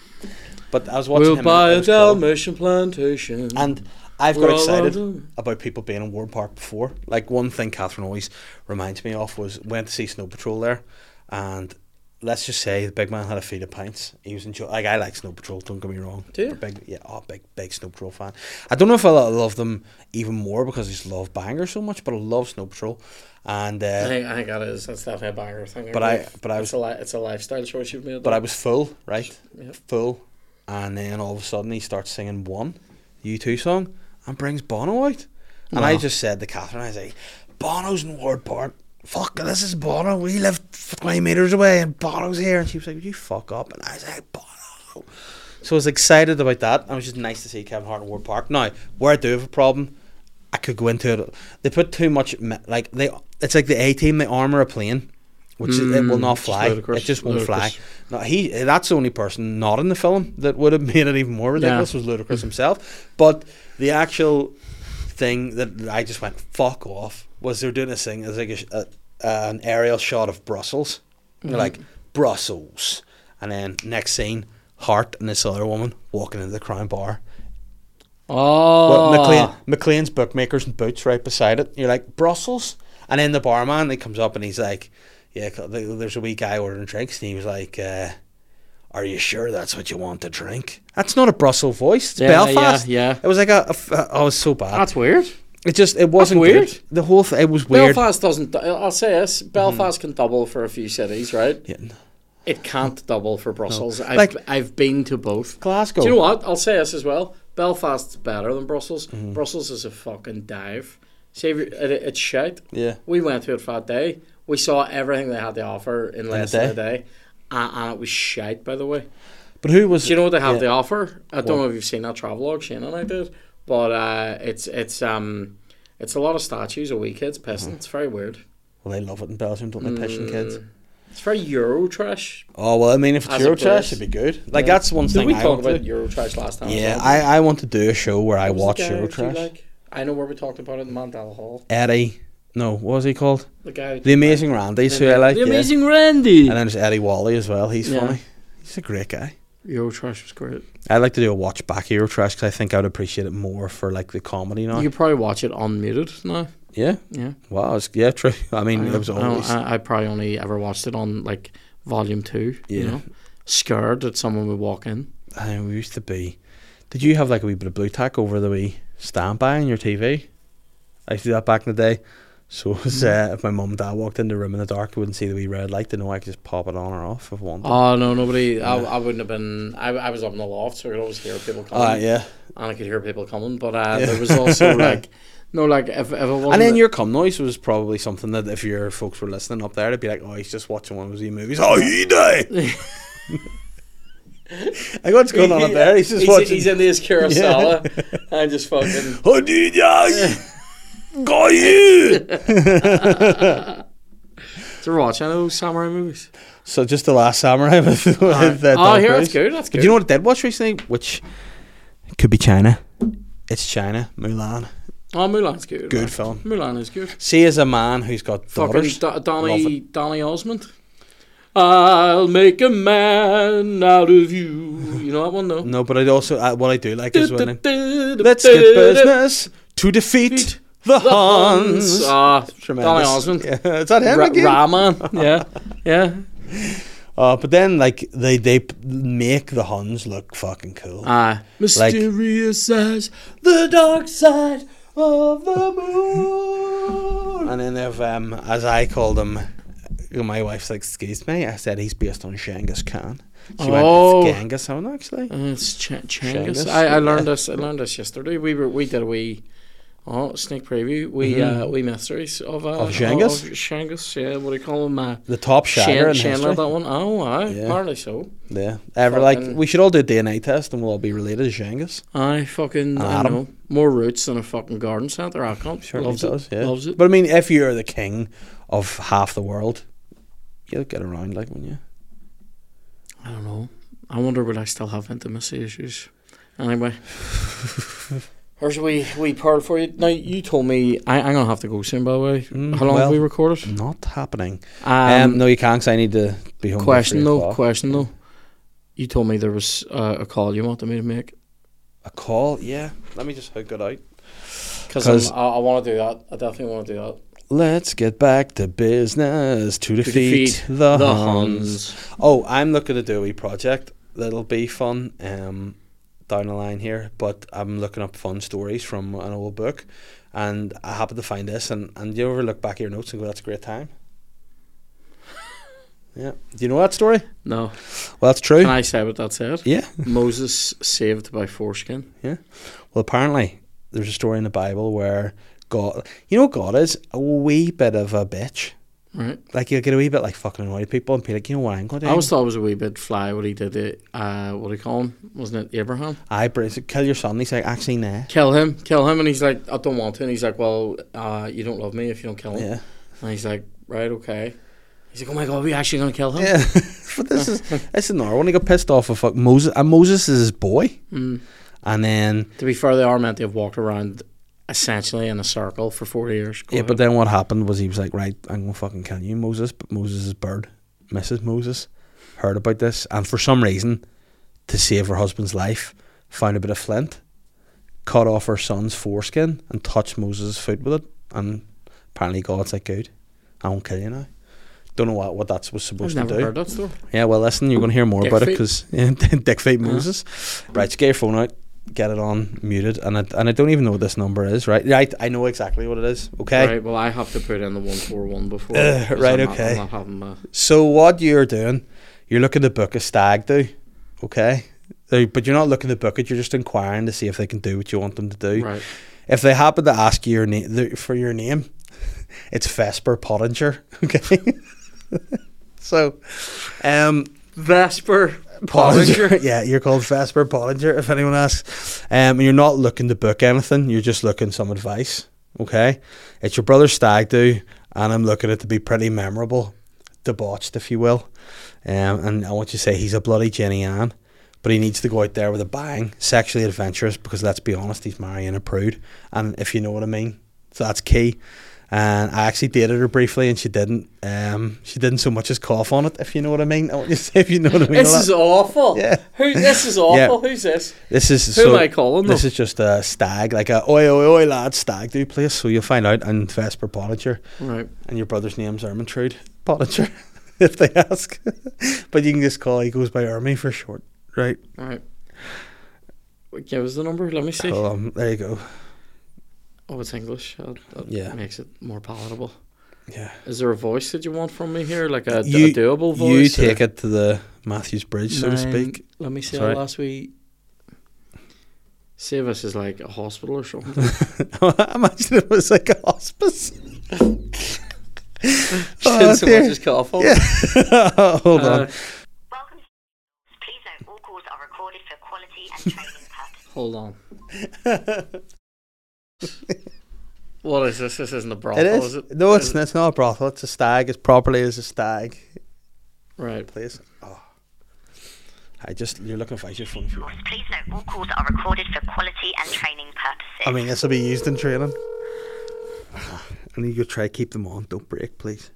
A: But I was watching
C: We'll
A: him
C: buy
A: and, it
C: a
A: was cool.
C: Dalmatian plantation.
A: and I've
C: We're
A: got
C: all
A: excited
C: on
A: about people being in Ward Park before. Like one thing Catherine always reminds me of was went to see Snow Patrol there, and let's just say the big man had a feed of pints. He was enjoying. Like I like Snow Patrol. Don't get me wrong.
C: Do you?
A: Big, yeah, oh, big, big Snow Patrol fan. I don't know if I lo- love them even more because I just love Banger so much, but I love Snow Patrol, and
C: I
A: uh,
C: think, I think that is that's definitely a banger thing.
A: But I- but I
C: it's a, li- it's a lifestyle choice you've made.
A: but I
C: though.
A: was full, right?
C: Yeah.
A: Full, and then all of a sudden he starts singing one U2 song and brings Bono out. And I just said to Catherine, I was like, Bono's in Ward Park. Fuck, this is Bono. We live f- 20 metres away and Bono's here. And she was like, Would you fuck up? And I was like, Bono. So I was excited about that. It was just nice to see Kevin Hart in Ward Park. Now, where I do have a problem, I could go into it. They put too much, me- like, they. it's like the A team, they armour a plane, which is, it will
C: Mm,
A: not
C: just
A: fly.
C: ludicrous,
A: it just won't fly.
C: ludicrous.
A: No, he that's the only person not in the film that would have [LAUGHS] made it even more ridiculous was Ludacris himself. But the actual thing that I just went fuck off was they're doing this thing as like a, sh- a, an aerial shot of Brussels, And they're like Brussels, and then next scene Hart and this other woman walking into the Crown Bar. Well,
C: oh,
A: McLean, McLean's bookmakers and boots right beside it. You're like Brussels, and then the barman he comes up and he's like, "Yeah, c- th- there's a wee guy ordering drinks," and he was like, uh, "Are you sure that's what you want to drink?" That's not a Brussels voice. It's
C: Yeah,
A: Belfast.
C: yeah, yeah.
A: It was like a. a f- uh, oh, it was so bad.
C: that's weird.
A: It just it wasn't
C: weird.
A: Good. The whole thing it was weird. Mm-hmm.
C: Belfast doesn't. du- I'll say this: Belfast can double for a few cities, right?
A: Yeah, n-
C: It can't double for Brussels. I've
A: Like-
C: I've been to both.
A: Glasgow.
C: Do you know what? I'll say this as well. Belfast's better than Brussels.
A: Mm-hmm.
C: Brussels is a fucking dive. Save your, it, it's shite.
A: Yeah.
C: We went to it for that day. We saw everything they had to offer in less
A: day?
C: than a day. And, and it was shite, by the way.
A: But who was?
C: Do you know what they have
A: yeah.
C: to offer? I don't know if you've seen that travelogue Shane and I did, but uh, it's it's um it's a lot of statues of wee kids
A: Mm-hmm.
C: pissing. It's very weird.
A: Well, they love it in Belgium, don't they?
C: Mm.
A: Pishing kids.
C: It's very Euro trash.
A: Oh well, I mean, if it's
C: As a place.
A: Eurotrash, it'd be good. Like that's one
C: Did
A: thing
C: we
A: I
C: talk
A: want to.
C: about Euro trash last time? as
A: yeah,
C: well?
A: I, I want to do a show where I
C: Who was the
A: watch
C: guy that you
A: Eurotrash.
C: like? I know where we talked about it in Mandela Hall.
A: Eddie. No, what was he called?
C: The guy.
A: The Amazing Randy, who I like.
C: the
A: yeah.
C: amazing Randy.
A: And then there's Eddie Wally as well. He's
C: Yeah.
A: funny. He's a great guy.
C: Euro trash was great.
A: I'd like to do a watch back Hero Trash because I think I would appreciate it more for like the comedy now.
C: You could probably watch it unmuted now.
A: yeah.
C: Yeah.
A: Wow. It's, yeah. True. [LAUGHS] I
C: I,
A: mean,
C: know. Oh,
A: it was
C: I know.
A: always.
C: I, I probably only ever watched it on like volume two. You
A: Yeah.
C: know, scared that someone would walk in.
A: I mean, we used to be. Did you have like a wee bit of blue tack over the wee standby on your TV? I used to do that back in the day. So [LAUGHS] it
C: Hmm.
A: was, uh, if my mum and dad walked in the room in the dark, they wouldn't see the wee red light. They know I could just pop it on or off if I wanted.
C: Oh no, nobody. I, I wouldn't have been. I, I was up in the loft, so I could always hear people coming,
A: Ah, yeah.
C: and I could hear people coming. But uh,
A: Yeah.
C: there was
A: [LAUGHS]
C: also like, no, like if if it wasn't
A: And
C: [LAUGHS]
A: then your cum noise was probably something that if your folks were listening up there, they'd be like, "Oh, he's just watching one of his wee movies." Oh, he
C: [LAUGHS]
A: die. [LAUGHS] like what's going on up there? He's just
C: he's,
A: watching.
C: He's in his Kurosawa and just fucking.
A: [LAUGHS] oh, he
C: [LAUGHS]
A: die. Got you.
C: Did you watch any of those samurai movies?
A: So just the last samurai with, with uh,
C: oh,
A: Tom
C: here
A: Cruise.
C: that's good. That's
A: But
C: good.
A: you know what I did watch recently, which could be China. It's China, Mulan.
C: oh, Mulan's good.
A: Good
C: right.
A: film.
C: Mulan is good.
A: See, as a man who's got
C: Fucking
A: daughters,
C: Do- Donny Donny Osmond. I'll make a man out of you. You know that one though.
A: no, but I also uh, what I do like is when I, let's
C: Let's
A: get business to defeat
C: Defeat
A: the Huns.
C: Ah, Donny
A: Tremendous.
C: Osmond.
A: Yeah, is that him
C: Ra-
A: again? [LAUGHS]
C: Rahman. Yeah, yeah.
A: Uh, but then, like they they p- make the Huns look fucking cool.
C: Ah,
A: uh,
C: mysterious as the dark side of the moon.
A: and then they've, um, as I called him, my wife's like, "Excuse me," I said he's based on Genghis Khan. She
C: Oh.
A: went, "It's Genghis Khan, actually."
C: Uh, it's Ch- Changus.
A: Changus,
C: I, I learned
A: yeah.
C: this. I learned this yesterday. We were we did a wee oh sneak preview. We uh, we mysteries of uh,
A: Mm-hmm. Of Changus?
C: Of Changus. Yeah, what do you call him? Uh,
A: The top shagger
C: Shane,
A: in
C: Shane
A: history.
C: led that one. Oh, aye.
A: Yeah.
C: Apparently so.
A: Yeah, ever like
C: Fucking-
A: we should all do a DNA test and we'll all be related to Genghis.
C: I fucking I
A: Adam.
C: know more roots than a fucking garden centre. I can't.
A: Sure,
C: loves
A: he does.
C: it.
A: Yeah,
C: Loves it.
A: But I mean, if you're the king of half the world, you'll get around, like, won't you?
C: I don't know. I wonder would I still have intimacy issues.
A: [LAUGHS]
C: Anyway. Here's a wee, wee pearl for you. Now, you told me, I, I'm going to have to go soon, by the way.
A: Mm,
C: How long
A: well,
C: have we recorded?
A: Not happening.
C: Um,
A: Um, no, you can't. 'cause I need to be home. by
C: question,
A: three
C: though.
A: o'clock.
C: Question, though. You told me there was uh, a call you wanted me to make.
A: A call, yeah. Let me just hook it out.
C: Because
A: 'Cause-
C: I, I want to do that. I definitely want to do that.
A: Let's get back to business to defeat, the, Huns. Oh, I'm looking to do a wee project that'll be fun um, down the line here, but I'm looking up fun stories from an old book, and I happened to find this, and and you ever look back at your notes and go, "That's a great
C: [LAUGHS]
A: time." yeah, do you know that story?
C: No.
A: Well, that's true.
C: Can I say what
A: [LAUGHS]
C: that said?
A: yeah.
C: Moses saved by foreskin.
A: Well, apparently there's a story in the Bible where God, you know, what God is a wee bit of a bitch.
C: Right.
A: Like you'll get a wee bit like fucking annoyed at people and be like, you know what, I'm going to.
C: I always thought it was a wee bit fly what he did to, uh, what do you call him? Wasn't it Abraham?
A: I kill your son. He's like, actually, nah.
C: kill him, kill him. And he's like, I don't want to. And he's like, well, uh, you don't love me if you don't kill him.
A: Yeah.
C: And he's like, right, okay. He's like, oh my God, are we actually going to kill him?
A: Yeah, [LAUGHS] but this is this is another one. He got pissed off with fuck Moses, and Moses is his boy.
C: Mm.
A: And then
C: To be fair, they are meant to have walked around essentially in a circle for 40 years. Go
A: yeah, but
C: ahead.
A: then what happened was he was like, right, I'm gonna fucking kill you, Moses. But Moses' bird, Mrs. Moses, heard about this, and for some reason, to save her husband's life, found a bit of flint, cut off her son's foreskin, and touched Moses' foot with it. And apparently, God's like, good, I won't kill you now. Don't know what, what that's was supposed
C: I've
A: to
C: never
A: do.
C: heard that story.
A: Yeah, well, listen, you're going to hear more
C: Dick
A: about it
C: feet. Uh-huh.
A: 'cause [LAUGHS] it because yeah, Dick Feet Moses. Right, just get your phone out, get it on muted, and I, and I don't even know what this number is. Right, right, I know exactly what it is. Okay,
C: Right, well, I have to put in the 141 before.
A: Uh,
C: 'cause
A: right,
C: I'm Not,
A: okay.
C: I'm not having my,
A: so what you're doing, you're looking to book a stag do, okay? Uh, But you're not looking to book it. You're just inquiring to see if they can do what you want them to do.
C: right.
A: If they happen to ask you your name for your name, [LAUGHS] it's Vesper Pottinger. [LAUGHS] Okay, so, um,
C: Vesper.
A: Pottinger. yeah, you're called Vesper Pottinger if anyone asks. Um, and you're not looking to book anything, you're just looking some advice. Okay? It's your brother's stag do, and I'm looking at it to be pretty memorable, debauched, if you will. Um, and I want you to say he's a bloody Jenny Ann, but he needs to go out there with a bang, sexually adventurous, because let's be honest, he's marrying a prude. And if you know what I mean, so that's key. And I actually dated her briefly, and she didn't. Um, she didn't so much as cough on it, if you know what I mean. I want you to say if you know what I mean.
C: This
A: Well,
C: is awful.
A: Yeah.
C: Who, this is awful. Who's this?
A: [LAUGHS] this is
C: Who
A: so,
C: am I calling?
A: This
C: This
A: is just a stag, like a oi oi oi lad stag do place. So you'll find out in Vesper Pottinger,
C: right.
A: and your brother's name's Ermintrude Pottinger, [LAUGHS] if they ask. [LAUGHS] but you can just call. He goes by Ermy for short, right?
C: All right. Wait, Give us the number. Let me see.
A: Well, um, there you go.
C: Oh, it's English. That, that
A: Yeah.
C: makes it more palatable.
A: Yeah.
C: Is there a voice that you want from me here, like a,
A: You-
C: a doable
A: you
C: voice? uh,
A: take it to the Matthews Bridge, so to speak.
C: Let me see
A: Sorry.
C: how last we save us is like a hospital
A: [LAUGHS]
C: or something.
A: Oh, Imagine it was like a
C: [LAUGHS]
A: hospice.
C: oh, [LAUGHS] so
A: dear.
C: much is awful.
A: Yeah. [LAUGHS] Hold
C: Uh,
A: on.
D: Welcome. to- Please note all calls are recorded for quality and training
C: [LAUGHS]
D: purposes.
C: hold on. [LAUGHS] What is this? This isn't a brothel,
A: It is.
C: is it?
A: No, it's,
C: Is it-
A: it's not a brothel. It's a stag. It's properly as a stag
C: Right.
A: place. Oh. I just, you're looking for your phone.
D: Please note all calls are recorded for quality and training purposes.
A: I mean, this will be used in training. [SIGHS] I need you to try to keep them on. Don't break, please.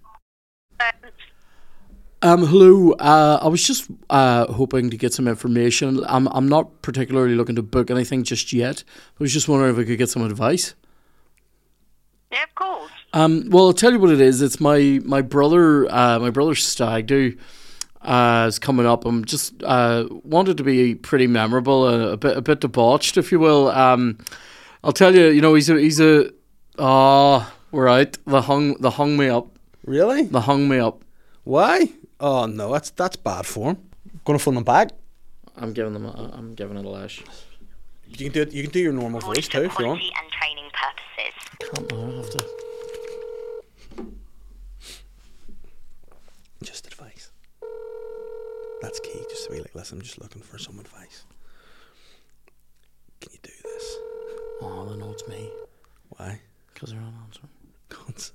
C: Um, hello. Uh, I was just uh, hoping to get some information. I'm I'm not particularly looking to book anything just yet. I was just wondering if I could get some advice.
D: yeah, of course.
C: Um, well, I'll tell you what it is. It's my my brother, uh, my brother's stag do uh, is coming up. I'm just uh, wanted to be pretty memorable, a, a bit a bit debauched, if you will. Um, I'll tell you, you know, he's a he's a ah, we're out. They hung they hung me up.
A: Really?
C: They hung me up.
A: Why? Oh, no, that's that's bad form. Gonna phone them back.
C: I'm giving them. A, I'm giving it a lash.
A: You can do it, you can do your normal voice too
D: Recorded
A: if
D: for
A: you want.
D: quality and training purposes.
C: Can't I have to.
A: Just advice. That's key. Just to be like, listen, I'm just looking for some advice. Can you do this?
C: Oh, they know it's me
A: Why?
C: because they're not answering.
A: Cons-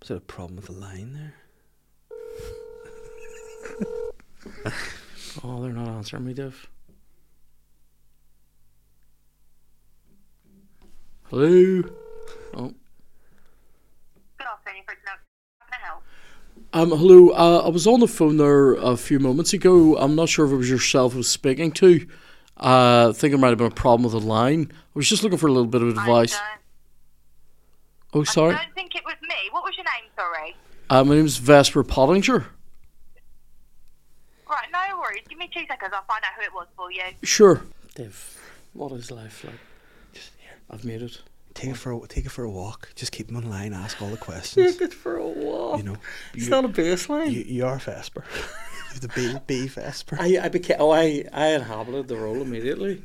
A: Was there a problem with the line there?
C: Oh, they're not answering me, Div. Hello. Oh.
D: Good afternoon, for help.
C: Um, hello. Uh, I was on the phone there a few moments ago. I'm not sure if it was yourself I was speaking to. Uh, I think it might have been a problem with the line. I was just looking for a little bit of advice. Oh, sorry.
D: uh, don't think it was me. What was your name, sorry?
C: Uh, my name's Vesper Pottinger.
D: Right, no worries. Give me two seconds. I'll find out who it was for you.
C: Sure. Div, what is life like? I've made it.
A: Take it for a, take it for a walk. Just keep them on line. Ask all the
C: [LAUGHS]
A: questions.
C: it for a walk.
A: you know,
C: it's not a baseline.
A: you, you are Vesper. [LAUGHS] You're the B, B Vesper.
C: I, I became oh I, I inhabited the role immediately.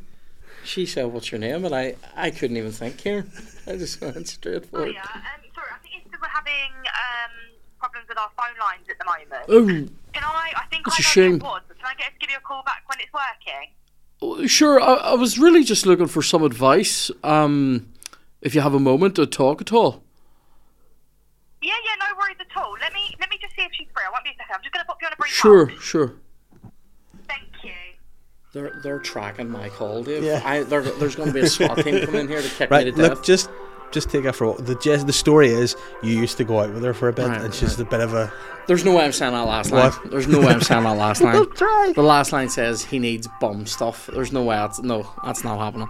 C: She said, "What's your name?" and I, I couldn't even think here. [LAUGHS] I just went straight for it.
D: Yeah, um, sorry, I think it's that we're having um, problems with our phone lines at the moment.
C: Oh,
D: Can I? I think
C: It's
D: I
C: a
D: know
C: shame.
D: who it was, but can I get her to give you a call back when it's working?
C: Oh, sure. I, I was really just looking for some advice. Um, if you have a moment to talk at all.
D: Yeah, yeah, no worries at all. Let me let me just see if she's free. I won't be a second. I'm just going to pop you on a brief.
C: Sure, sure.
D: hold. Thank you.
C: They're they're tracking my call, Dave.
A: Yeah.
C: I, there- there's going to be a SWAT team coming in here to kick me
A: Right,
C: to
A: look,
C: death.
A: just just take it for a walk. The gist- the story is you used to go out with her for a bit,
C: Right,
A: and she's a bit of a
C: There's no way I'm saying that last
A: What?
C: line. There's no way I'm saying that last
A: [LAUGHS]
C: line.
A: try.
C: The last line says he needs bum stuff. There's no way. That's, no, that's not happening.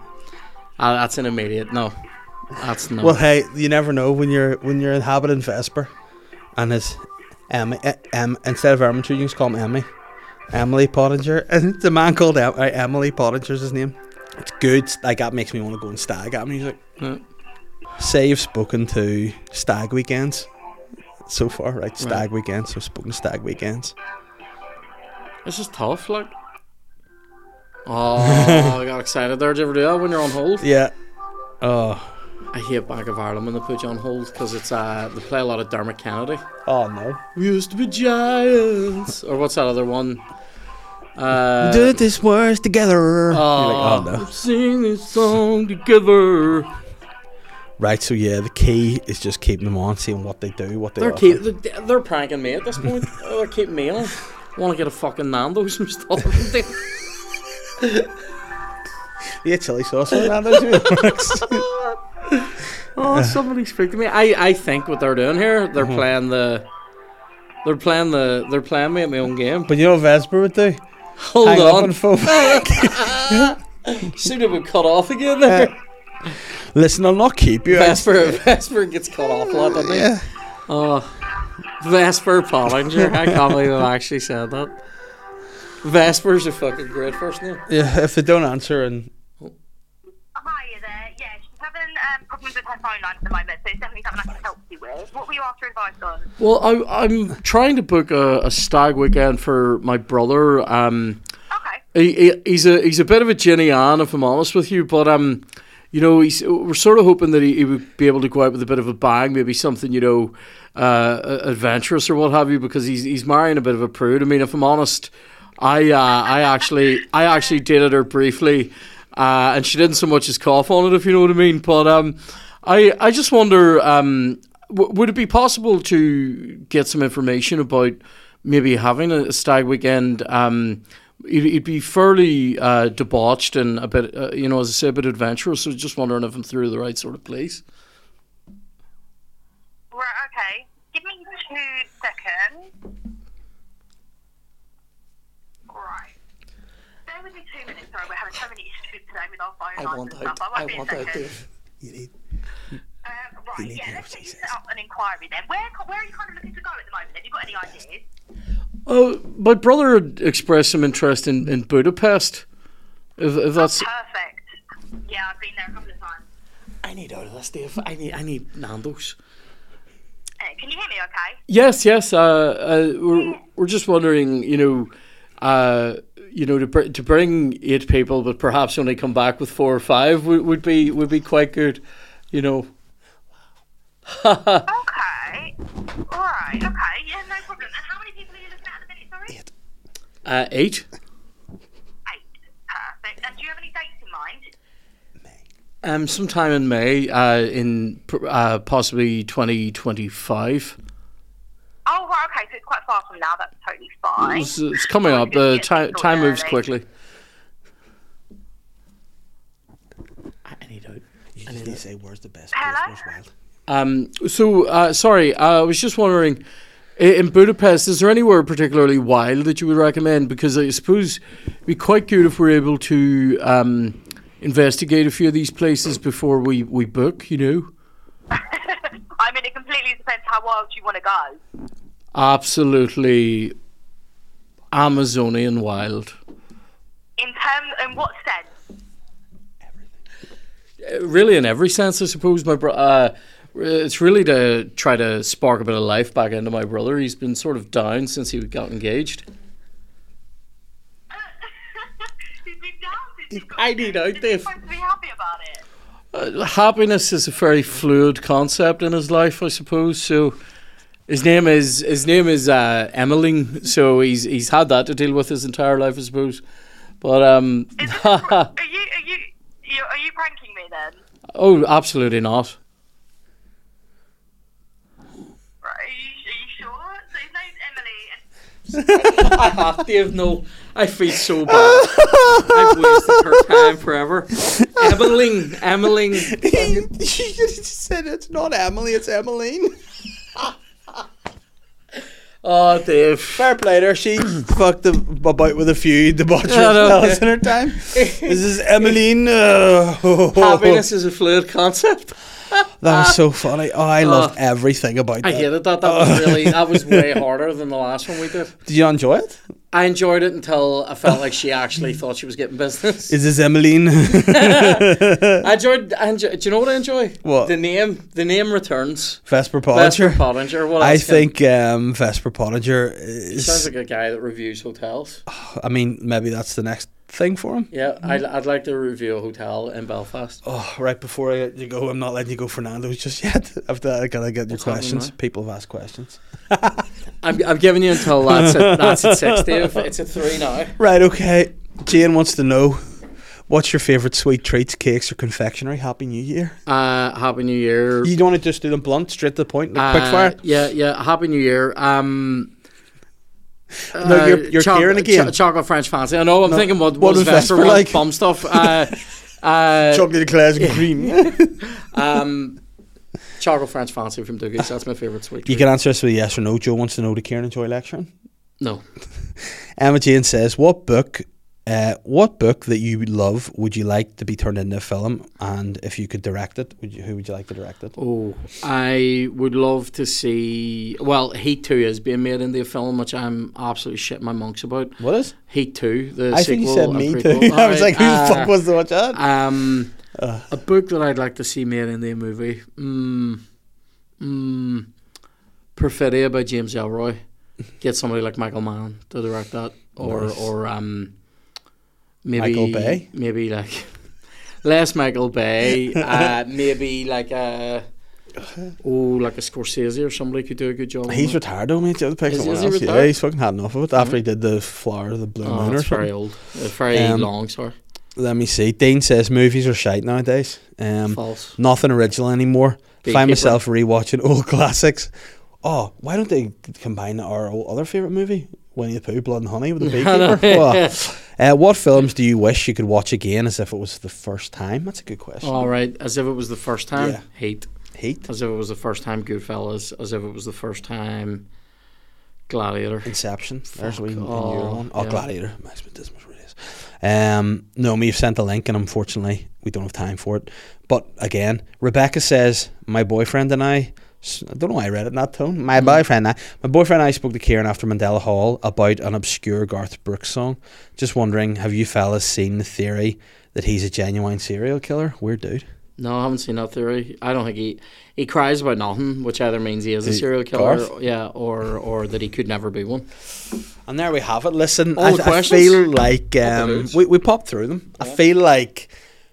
C: Uh, that's an immediate no. That's no.
A: Well, hey, you never know when you're when you're inhabiting Vesper, and it's Emmy. eh, Em, instead of Erminture, you can just call him Emmy. Emily Pottinger. [LAUGHS] And it's a man called em, uh, Emily Pottinger's his name. It's good. Like that makes me want to go and stag at music.
C: Yeah.
A: Say you've spoken to stag weekends so far, right? Stag weekends. So I've spoken to stag weekends.
C: This is tough. Like,
A: [LAUGHS]
C: oh, I got excited there. Do you ever do that when you're on hold?
A: Yeah. Oh.
C: I hate Bank of Ireland when they put you on hold because it's uh they play a lot of Dermot Kennedy.
A: Oh no.
C: We used to be giants. Or what's that other one? Uh,
A: Do this words together. You're
C: oh,
A: like, oh no.
C: Sing this song together.
A: Right, so yeah, the key is just keeping them on, seeing what they do, what they
C: They're
A: offer.
C: keep, they're, they're pranking me at this point. oh, they keep me on. Want to get a fucking Nando's and stuff.
A: [LAUGHS] Yeah, chili sauce on that. doesn't [LAUGHS] it? Uh.
C: oh, somebody speak to me. I, I think what they're doing here,
A: Mm-hmm.
C: they're playing the, they're playing the, they're playing me at my own game. But
A: but you know what Vesper would do?
C: hold
A: Hang up
C: on,
A: on
C: [LAUGHS]
A: phone.
C: soon it would cut off again. There,
A: Uh. Listen, I'll not keep you.
C: Vesper, Vesper gets cut off a lot, doesn't he?
A: Yeah.
C: Oh, Vesper Pollinger. I can't believe I've actually said that. Vespers are fucking great first name.
A: Yeah, if they don't answer, and
D: Hiya Oh, there. Yeah, she's having um, problems with her phone line at the moment, so it's definitely something I can help you with. What were you after advice on?
C: Well, I, I'm trying to book a, a stag weekend for my brother. Um,
D: Okay.
C: he, he- he's a he's a bit of a Jenny Ann, if I'm honest with you. But um, you know, he's we're sort of hoping that he, he would be able to go out with a bit of a bang, maybe something you know, uh, adventurous or what have you, because he's he's marrying a bit of a prude. I mean, if I'm honest, I uh, I actually I actually dated her briefly, uh, and she didn't so much as cough on it, if you know what I mean. But um, I I just wonder um, w- would it be possible to get some information about maybe having a stag weekend? Um, it, it'd be fairly uh, debauched and a bit, uh, you know, as I say, a bit adventurous. So just wondering if I'm through the right sort of place.
D: Right, okay. Give me two seconds. Right. Bear with me two minutes. Sorry, we're having so many issues today with our phone lines and stuff. I won't be a second.
A: you need
D: Um,
A: You
D: right,
A: need
D: yeah,
A: to have
D: let's get you
A: some
D: set up an inquiry then. Where, co- where are you kind of looking to go at the moment? Have you got any ideas?
C: Uh, my brother had expressed some interest in, in Budapest. If, if that's
D: Perfect. Yeah, I've been there a couple of times.
C: I need out of this, Dave. I need I need Nando's.
D: Uh, can you hear me okay?
C: Yes, yes. Uh, uh, we're, we're just wondering, you know, uh, you know, to, br- to bring eight people, but perhaps only come back with four or five would, would be would be quite good, you know.
D: Okay. Alright, okay. Yeah, no problem. And how many people are you looking at at the minute, sorry?
A: it.
C: Uh, eight.
D: Eight. Perfect. And do you have any dates in mind?
C: Um, sometime in May, uh, in pr- uh, possibly 2025.
D: Oh, right, okay, so it's quite far from now. That's totally fine.
C: It's, it's coming up.
D: Well,
C: The
D: you can
C: time
D: get this
C: time moves
D: sorted
C: quickly. I need out.
A: You just need to say where's the best
D: Hello?
A: place for wild.
C: Um, so, uh, sorry, uh, I was just wondering, i- in Budapest, is there anywhere particularly wild that you would recommend? Because I suppose it'd be quite good if we're able to um, investigate a few of these places before we, we book, you know?
D: I mean, it completely depends how wild you want to go.
C: Absolutely Amazonian wild.
D: In terms, in what sense? [LAUGHS]
C: really in every sense, I suppose. My bro- uh, it's really to try to spark a bit of life back into my brother. He's been sort of down since he got engaged.
D: He's been down since he's got
C: I need out
D: married. Is he
C: there.
D: supposed to be happy about it.
C: Uh, happiness is a very fluid concept in his life, I suppose. So his name is his name is uh, Emmeline. So he's he's had that to deal with his entire life, I suppose. But um,
D: Is
C: [LAUGHS]
D: this a pr- are you are you you- are you pranking me then?
C: oh, absolutely not.
D: Right? Are you, are you sure? So his name's Emily, and
C: I have Dave. No, I feel so bad. I've wasted her time forever. Emmeline, Emmeline.
A: you just said it's not Emily, it's Emmeline.
C: Oh, Dave.
A: Fair play there. She fucked the, about with a few debaucherous
C: I know.
A: fellas in her time. this is Emmeline. Uh, ho, ho, ho.
C: Happiness is a fluid concept.
A: That was so funny. Oh, I loved
C: Oh.
A: everything about
C: I
A: that.
C: hated that. That was really that was way harder than the last one we did.
A: Did you enjoy it?
C: I enjoyed it until I felt like she actually thought she was getting business.
A: Is this Emmeline? [LAUGHS]
C: I enjoyed. I enjoy, do you know what I enjoy?
A: What?
C: the name? The name returns.
A: Vesper
C: Lester
A: Pottinger.
C: Pottinger. What
A: I
C: else can-
A: think um, Vesper Pottinger
C: sounds
A: is.
C: like a guy that reviews hotels.
A: I mean, maybe that's the next thing for him.
C: Yeah, I'd, I'd like to review a hotel in Belfast.
A: Oh, right before I, you go, I'm not letting you go Fernando's [LAUGHS] just yet. After that, I gotta get your
C: What's happening
A: questions.
C: now?
A: People have asked questions.
C: I'm, I'm giving you until that's at, that's at
A: [LAUGHS]
C: six, Dave. It's at three now.
A: Right, okay. Jane wants to know what's your favourite sweet treats, cakes, or confectionery? Happy New Year.
C: Uh, Happy New Year.
A: You don't want to just do them blunt, straight to the point, like
C: Uh,
A: quick fire?
C: Yeah, yeah. Happy New Year. Um, uh,
A: No, you're- you're Kieran again.
C: Cho- chocolate French fancy. I know. I'm thinking what
A: What
C: what was
A: was Vesper
C: Vesper like?
A: like? [LAUGHS]
C: Bum stuff. Uh, uh,
A: Chocolate eclairs and cream.
C: [LAUGHS] um, chocolate French fancy from Dougie's. That's my favorite sweet.
A: you
C: treat.
A: can answer this with a yes or no. Joe wants to know, did Kieran enjoy lecturing?
C: no.
A: Emma Jane says, what book Uh, what book that you love would you like to be turned into a film? And if you could direct it, would you, who would you like to direct it?
C: Oh, I would love to see. Well, Heat Two is being made into a film, which I'm absolutely shit my monks about.
A: What is?
C: Heat Two, the
A: I think
C: sequel.
A: you said
C: and
A: me
C: prequel.
A: too. [LAUGHS] I
C: All
A: was
C: right,
A: like, who the
C: uh,
A: fuck was to watch that?
C: Um, a book that I'd like to see made into a movie. Mm, mm, Perfidia by James Elroy. Get somebody like Michael Mann to direct that, or
A: Nice.
C: or um, maybe
A: Michael Bay?
C: Maybe like [LAUGHS] less
A: [LAUGHS]
C: Michael Bay. uh, maybe like a oh, like a Scorsese or somebody could do a good job. on
A: he's
C: that.
A: retired though, mate. The other pick
C: Is-
A: someone
C: is he
A: else. Yeah,
C: retired?
A: he's fucking had enough of it after he did the Flower of the Blue
C: oh,
A: Moon or
C: it's very
A: something.
C: old, It's very
A: Um,
C: long. Sorry,
A: Let me see. Dean says movies are shite nowadays. Um,
C: false.
A: nothing original anymore.
C: Beekeeper.
A: Find myself rewatching [LAUGHS] old classics. Oh, why don't they combine our old other favorite movie, Winnie the Pooh, Blood and Honey, with the Beekeeper? Well, uh, what films do you wish you could watch again as if it was the first time? That's a good question.
C: All right, as if it was the first time.
A: Yeah.
C: Hate.
A: Heat,
C: As if it was the first time Goodfellas, as if it was the first time Gladiator.
A: Inception. There's
C: Fuck,
A: we
C: oh,
A: one. Oh,
C: yeah.
A: Gladiator. Max Van Dismas really is. Um, no, me have sent the link, and unfortunately, we don't have time for it. But again, Rebecca says my boyfriend and I. s- I don't know why I read it in that tone.
C: Hmm.
A: My boyfriend, and I, my boyfriend, and I spoke to Kieran after Mandela Hall about an obscure Garth Brooks song. Just wondering, have you fellas seen the theory that he's a genuine serial killer? Weird dude.
C: No, I haven't seen that theory. I don't think he he cries about nothing, which either means he is a
A: Who,
C: serial killer,
A: Garth?
C: yeah, or or that he could never be one.
A: And there we have it. Listen,
C: All
A: I,
C: the
A: I
C: questions?
A: feel like um,
C: loads.
A: we, we popped through them. I feel like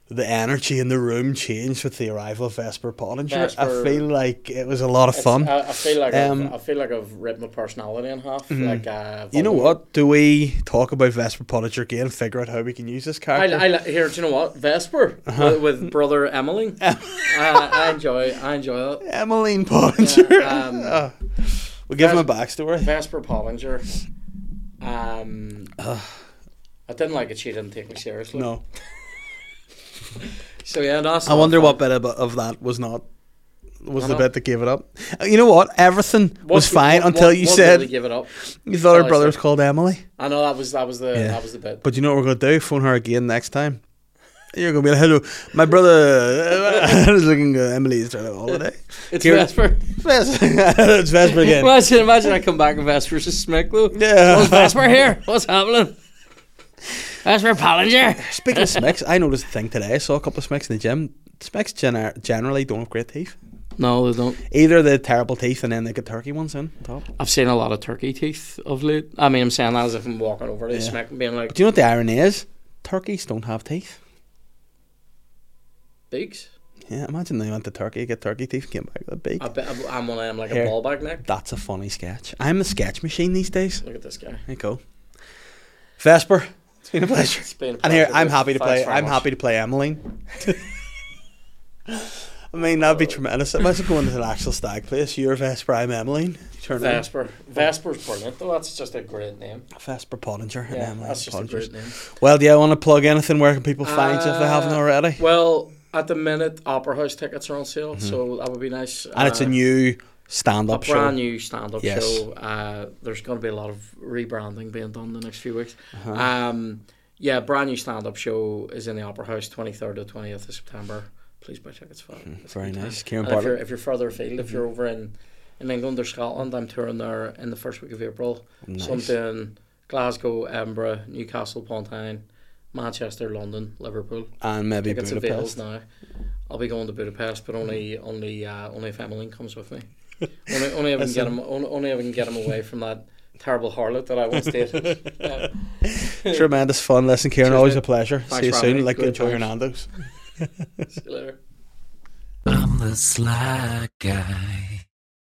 A: the energy in the room changed with the arrival of Vesper Pottinger. I
C: Vesper-
A: feel like it was a lot of fun.
C: I, I feel like
A: Um, mm-hmm.
C: I've, I feel like I've ripped my personality in half. Like uh,
A: you know
C: Voldemort.
A: what? Do we talk about Vesper Pottinger again? Figure out how we can use this
C: I,
A: character.
C: I li- here. Do you know what Vesper
A: Uh-huh.
C: with, with brother
A: [LAUGHS]
C: Emily? uh, I enjoy. I enjoy that.
A: Emmeline Pottinger.
C: Yeah, um,
A: Oh. [LAUGHS] we'll give him a
C: Ves-
A: backstory.
C: Vesper Pollinger. Um, I didn't like it. She didn't take me seriously.
A: no,
C: So yeah, that's.
A: I wonder what bit of, of that was not. Was
C: I
A: the
C: know.
A: bit that gave it up? Uh, You know what? Everything was fine until you said
C: Really give it up.
A: you thought her
C: until I
A: brother was
C: said-
A: called Emily.
C: I know that was that was the
A: Yeah.
C: that was the bit.
A: But you know what we're gonna do? Phone her again next time. You're gonna be like, "Hello, my brother [LAUGHS] is looking. Uh, Emily's trying to holiday.
C: It's
A: Kieran- [LAUGHS]
C: Vesper.
A: Vesper. it's Vesper again.
C: Imagine, imagine I come back and Vesper's just smack though.
A: Yeah.
C: What's Vesper here? What's happening? Vesper Pollinger.
A: [LAUGHS] Speaking of smicks, I noticed a thing today. I saw a couple of smicks in the gym. Smicks gener- generally don't have great teeth.
C: No, they don't.
A: Either the terrible teeth, and then they get turkey ones in top.
C: I've seen a lot of turkey teeth of late. I mean, I'm saying that as if I'm walking over to smack and being like,
A: Do you know what the irony is? Turkeys don't have teeth.
C: "Beaks."
A: Yeah, imagine they went to Turkey, get turkey teeth, came back with a beak.
C: I bet I'm one of them like
A: Here.
C: a ball bag neck.
A: That's a funny sketch. I'm the sketch machine these days.
C: Look at this guy.
A: There you go. Vesper, it's been a pleasure.
C: It's been a
A: And here,
C: pleasure.
A: I'm happy to
C: Thanks
A: play.
C: very
A: I'm
C: much.
A: happy to play Emmeline. [LAUGHS] I mean, that'd be tremendous. Imagine going to an actual stag place. You're Vesper, I'm Emmeline. Turn around.
C: Vesper. Vesper's brilliant, though. That's just a great name.
A: Vesper Pottinger and
C: Yeah,
A: Emmeline
C: that's just a
A: Pottinger.
C: great name.
A: Well, do you want to plug anything? Where can people find you if they haven't
C: Uh,
A: already?
C: Well, at the minute, Opera House tickets are on sale, so that would be nice.
A: Mm-hmm. and it's a new
C: uh, a
A: stand-up show.
C: brand new stand-up
A: Yes.
C: show. Uh, there's going to be a lot of rebranding being done the next few weeks.
A: Uh-huh.
C: Um, yeah, brand new stand-up show is in the Opera House, 23rd to 20th of September. Please buy tickets for it. It's a
A: Very
C: good time.
A: nice. Kieran
C: And if you're
A: Bartlett.
C: if you're further afield, if
A: Mm-hmm.
C: you're over in, in England or Scotland, I'm touring there in the first week of April. So I'm
A: Nice.
C: doing Glasgow, Edinburgh, Newcastle, Pontine, Manchester, London, Liverpool.
A: And maybe
C: Tickets available
A: Budapest.
C: now. I'll be going to Budapest, but only only uh, only if Emmeline comes with me. Only only if I can get him only, only if I can get him away from that terrible harlot that I once dated. Yeah.
A: Tremendous fun. Listen, Kieran,
C: Cheers,
A: always
C: mate.
A: a pleasure. See you
C: for
A: soon.
C: having me.
A: Like,
C: Good
A: enjoy your
C: times.
A: Nando's.
C: See you later.
B: I'm the sly guy.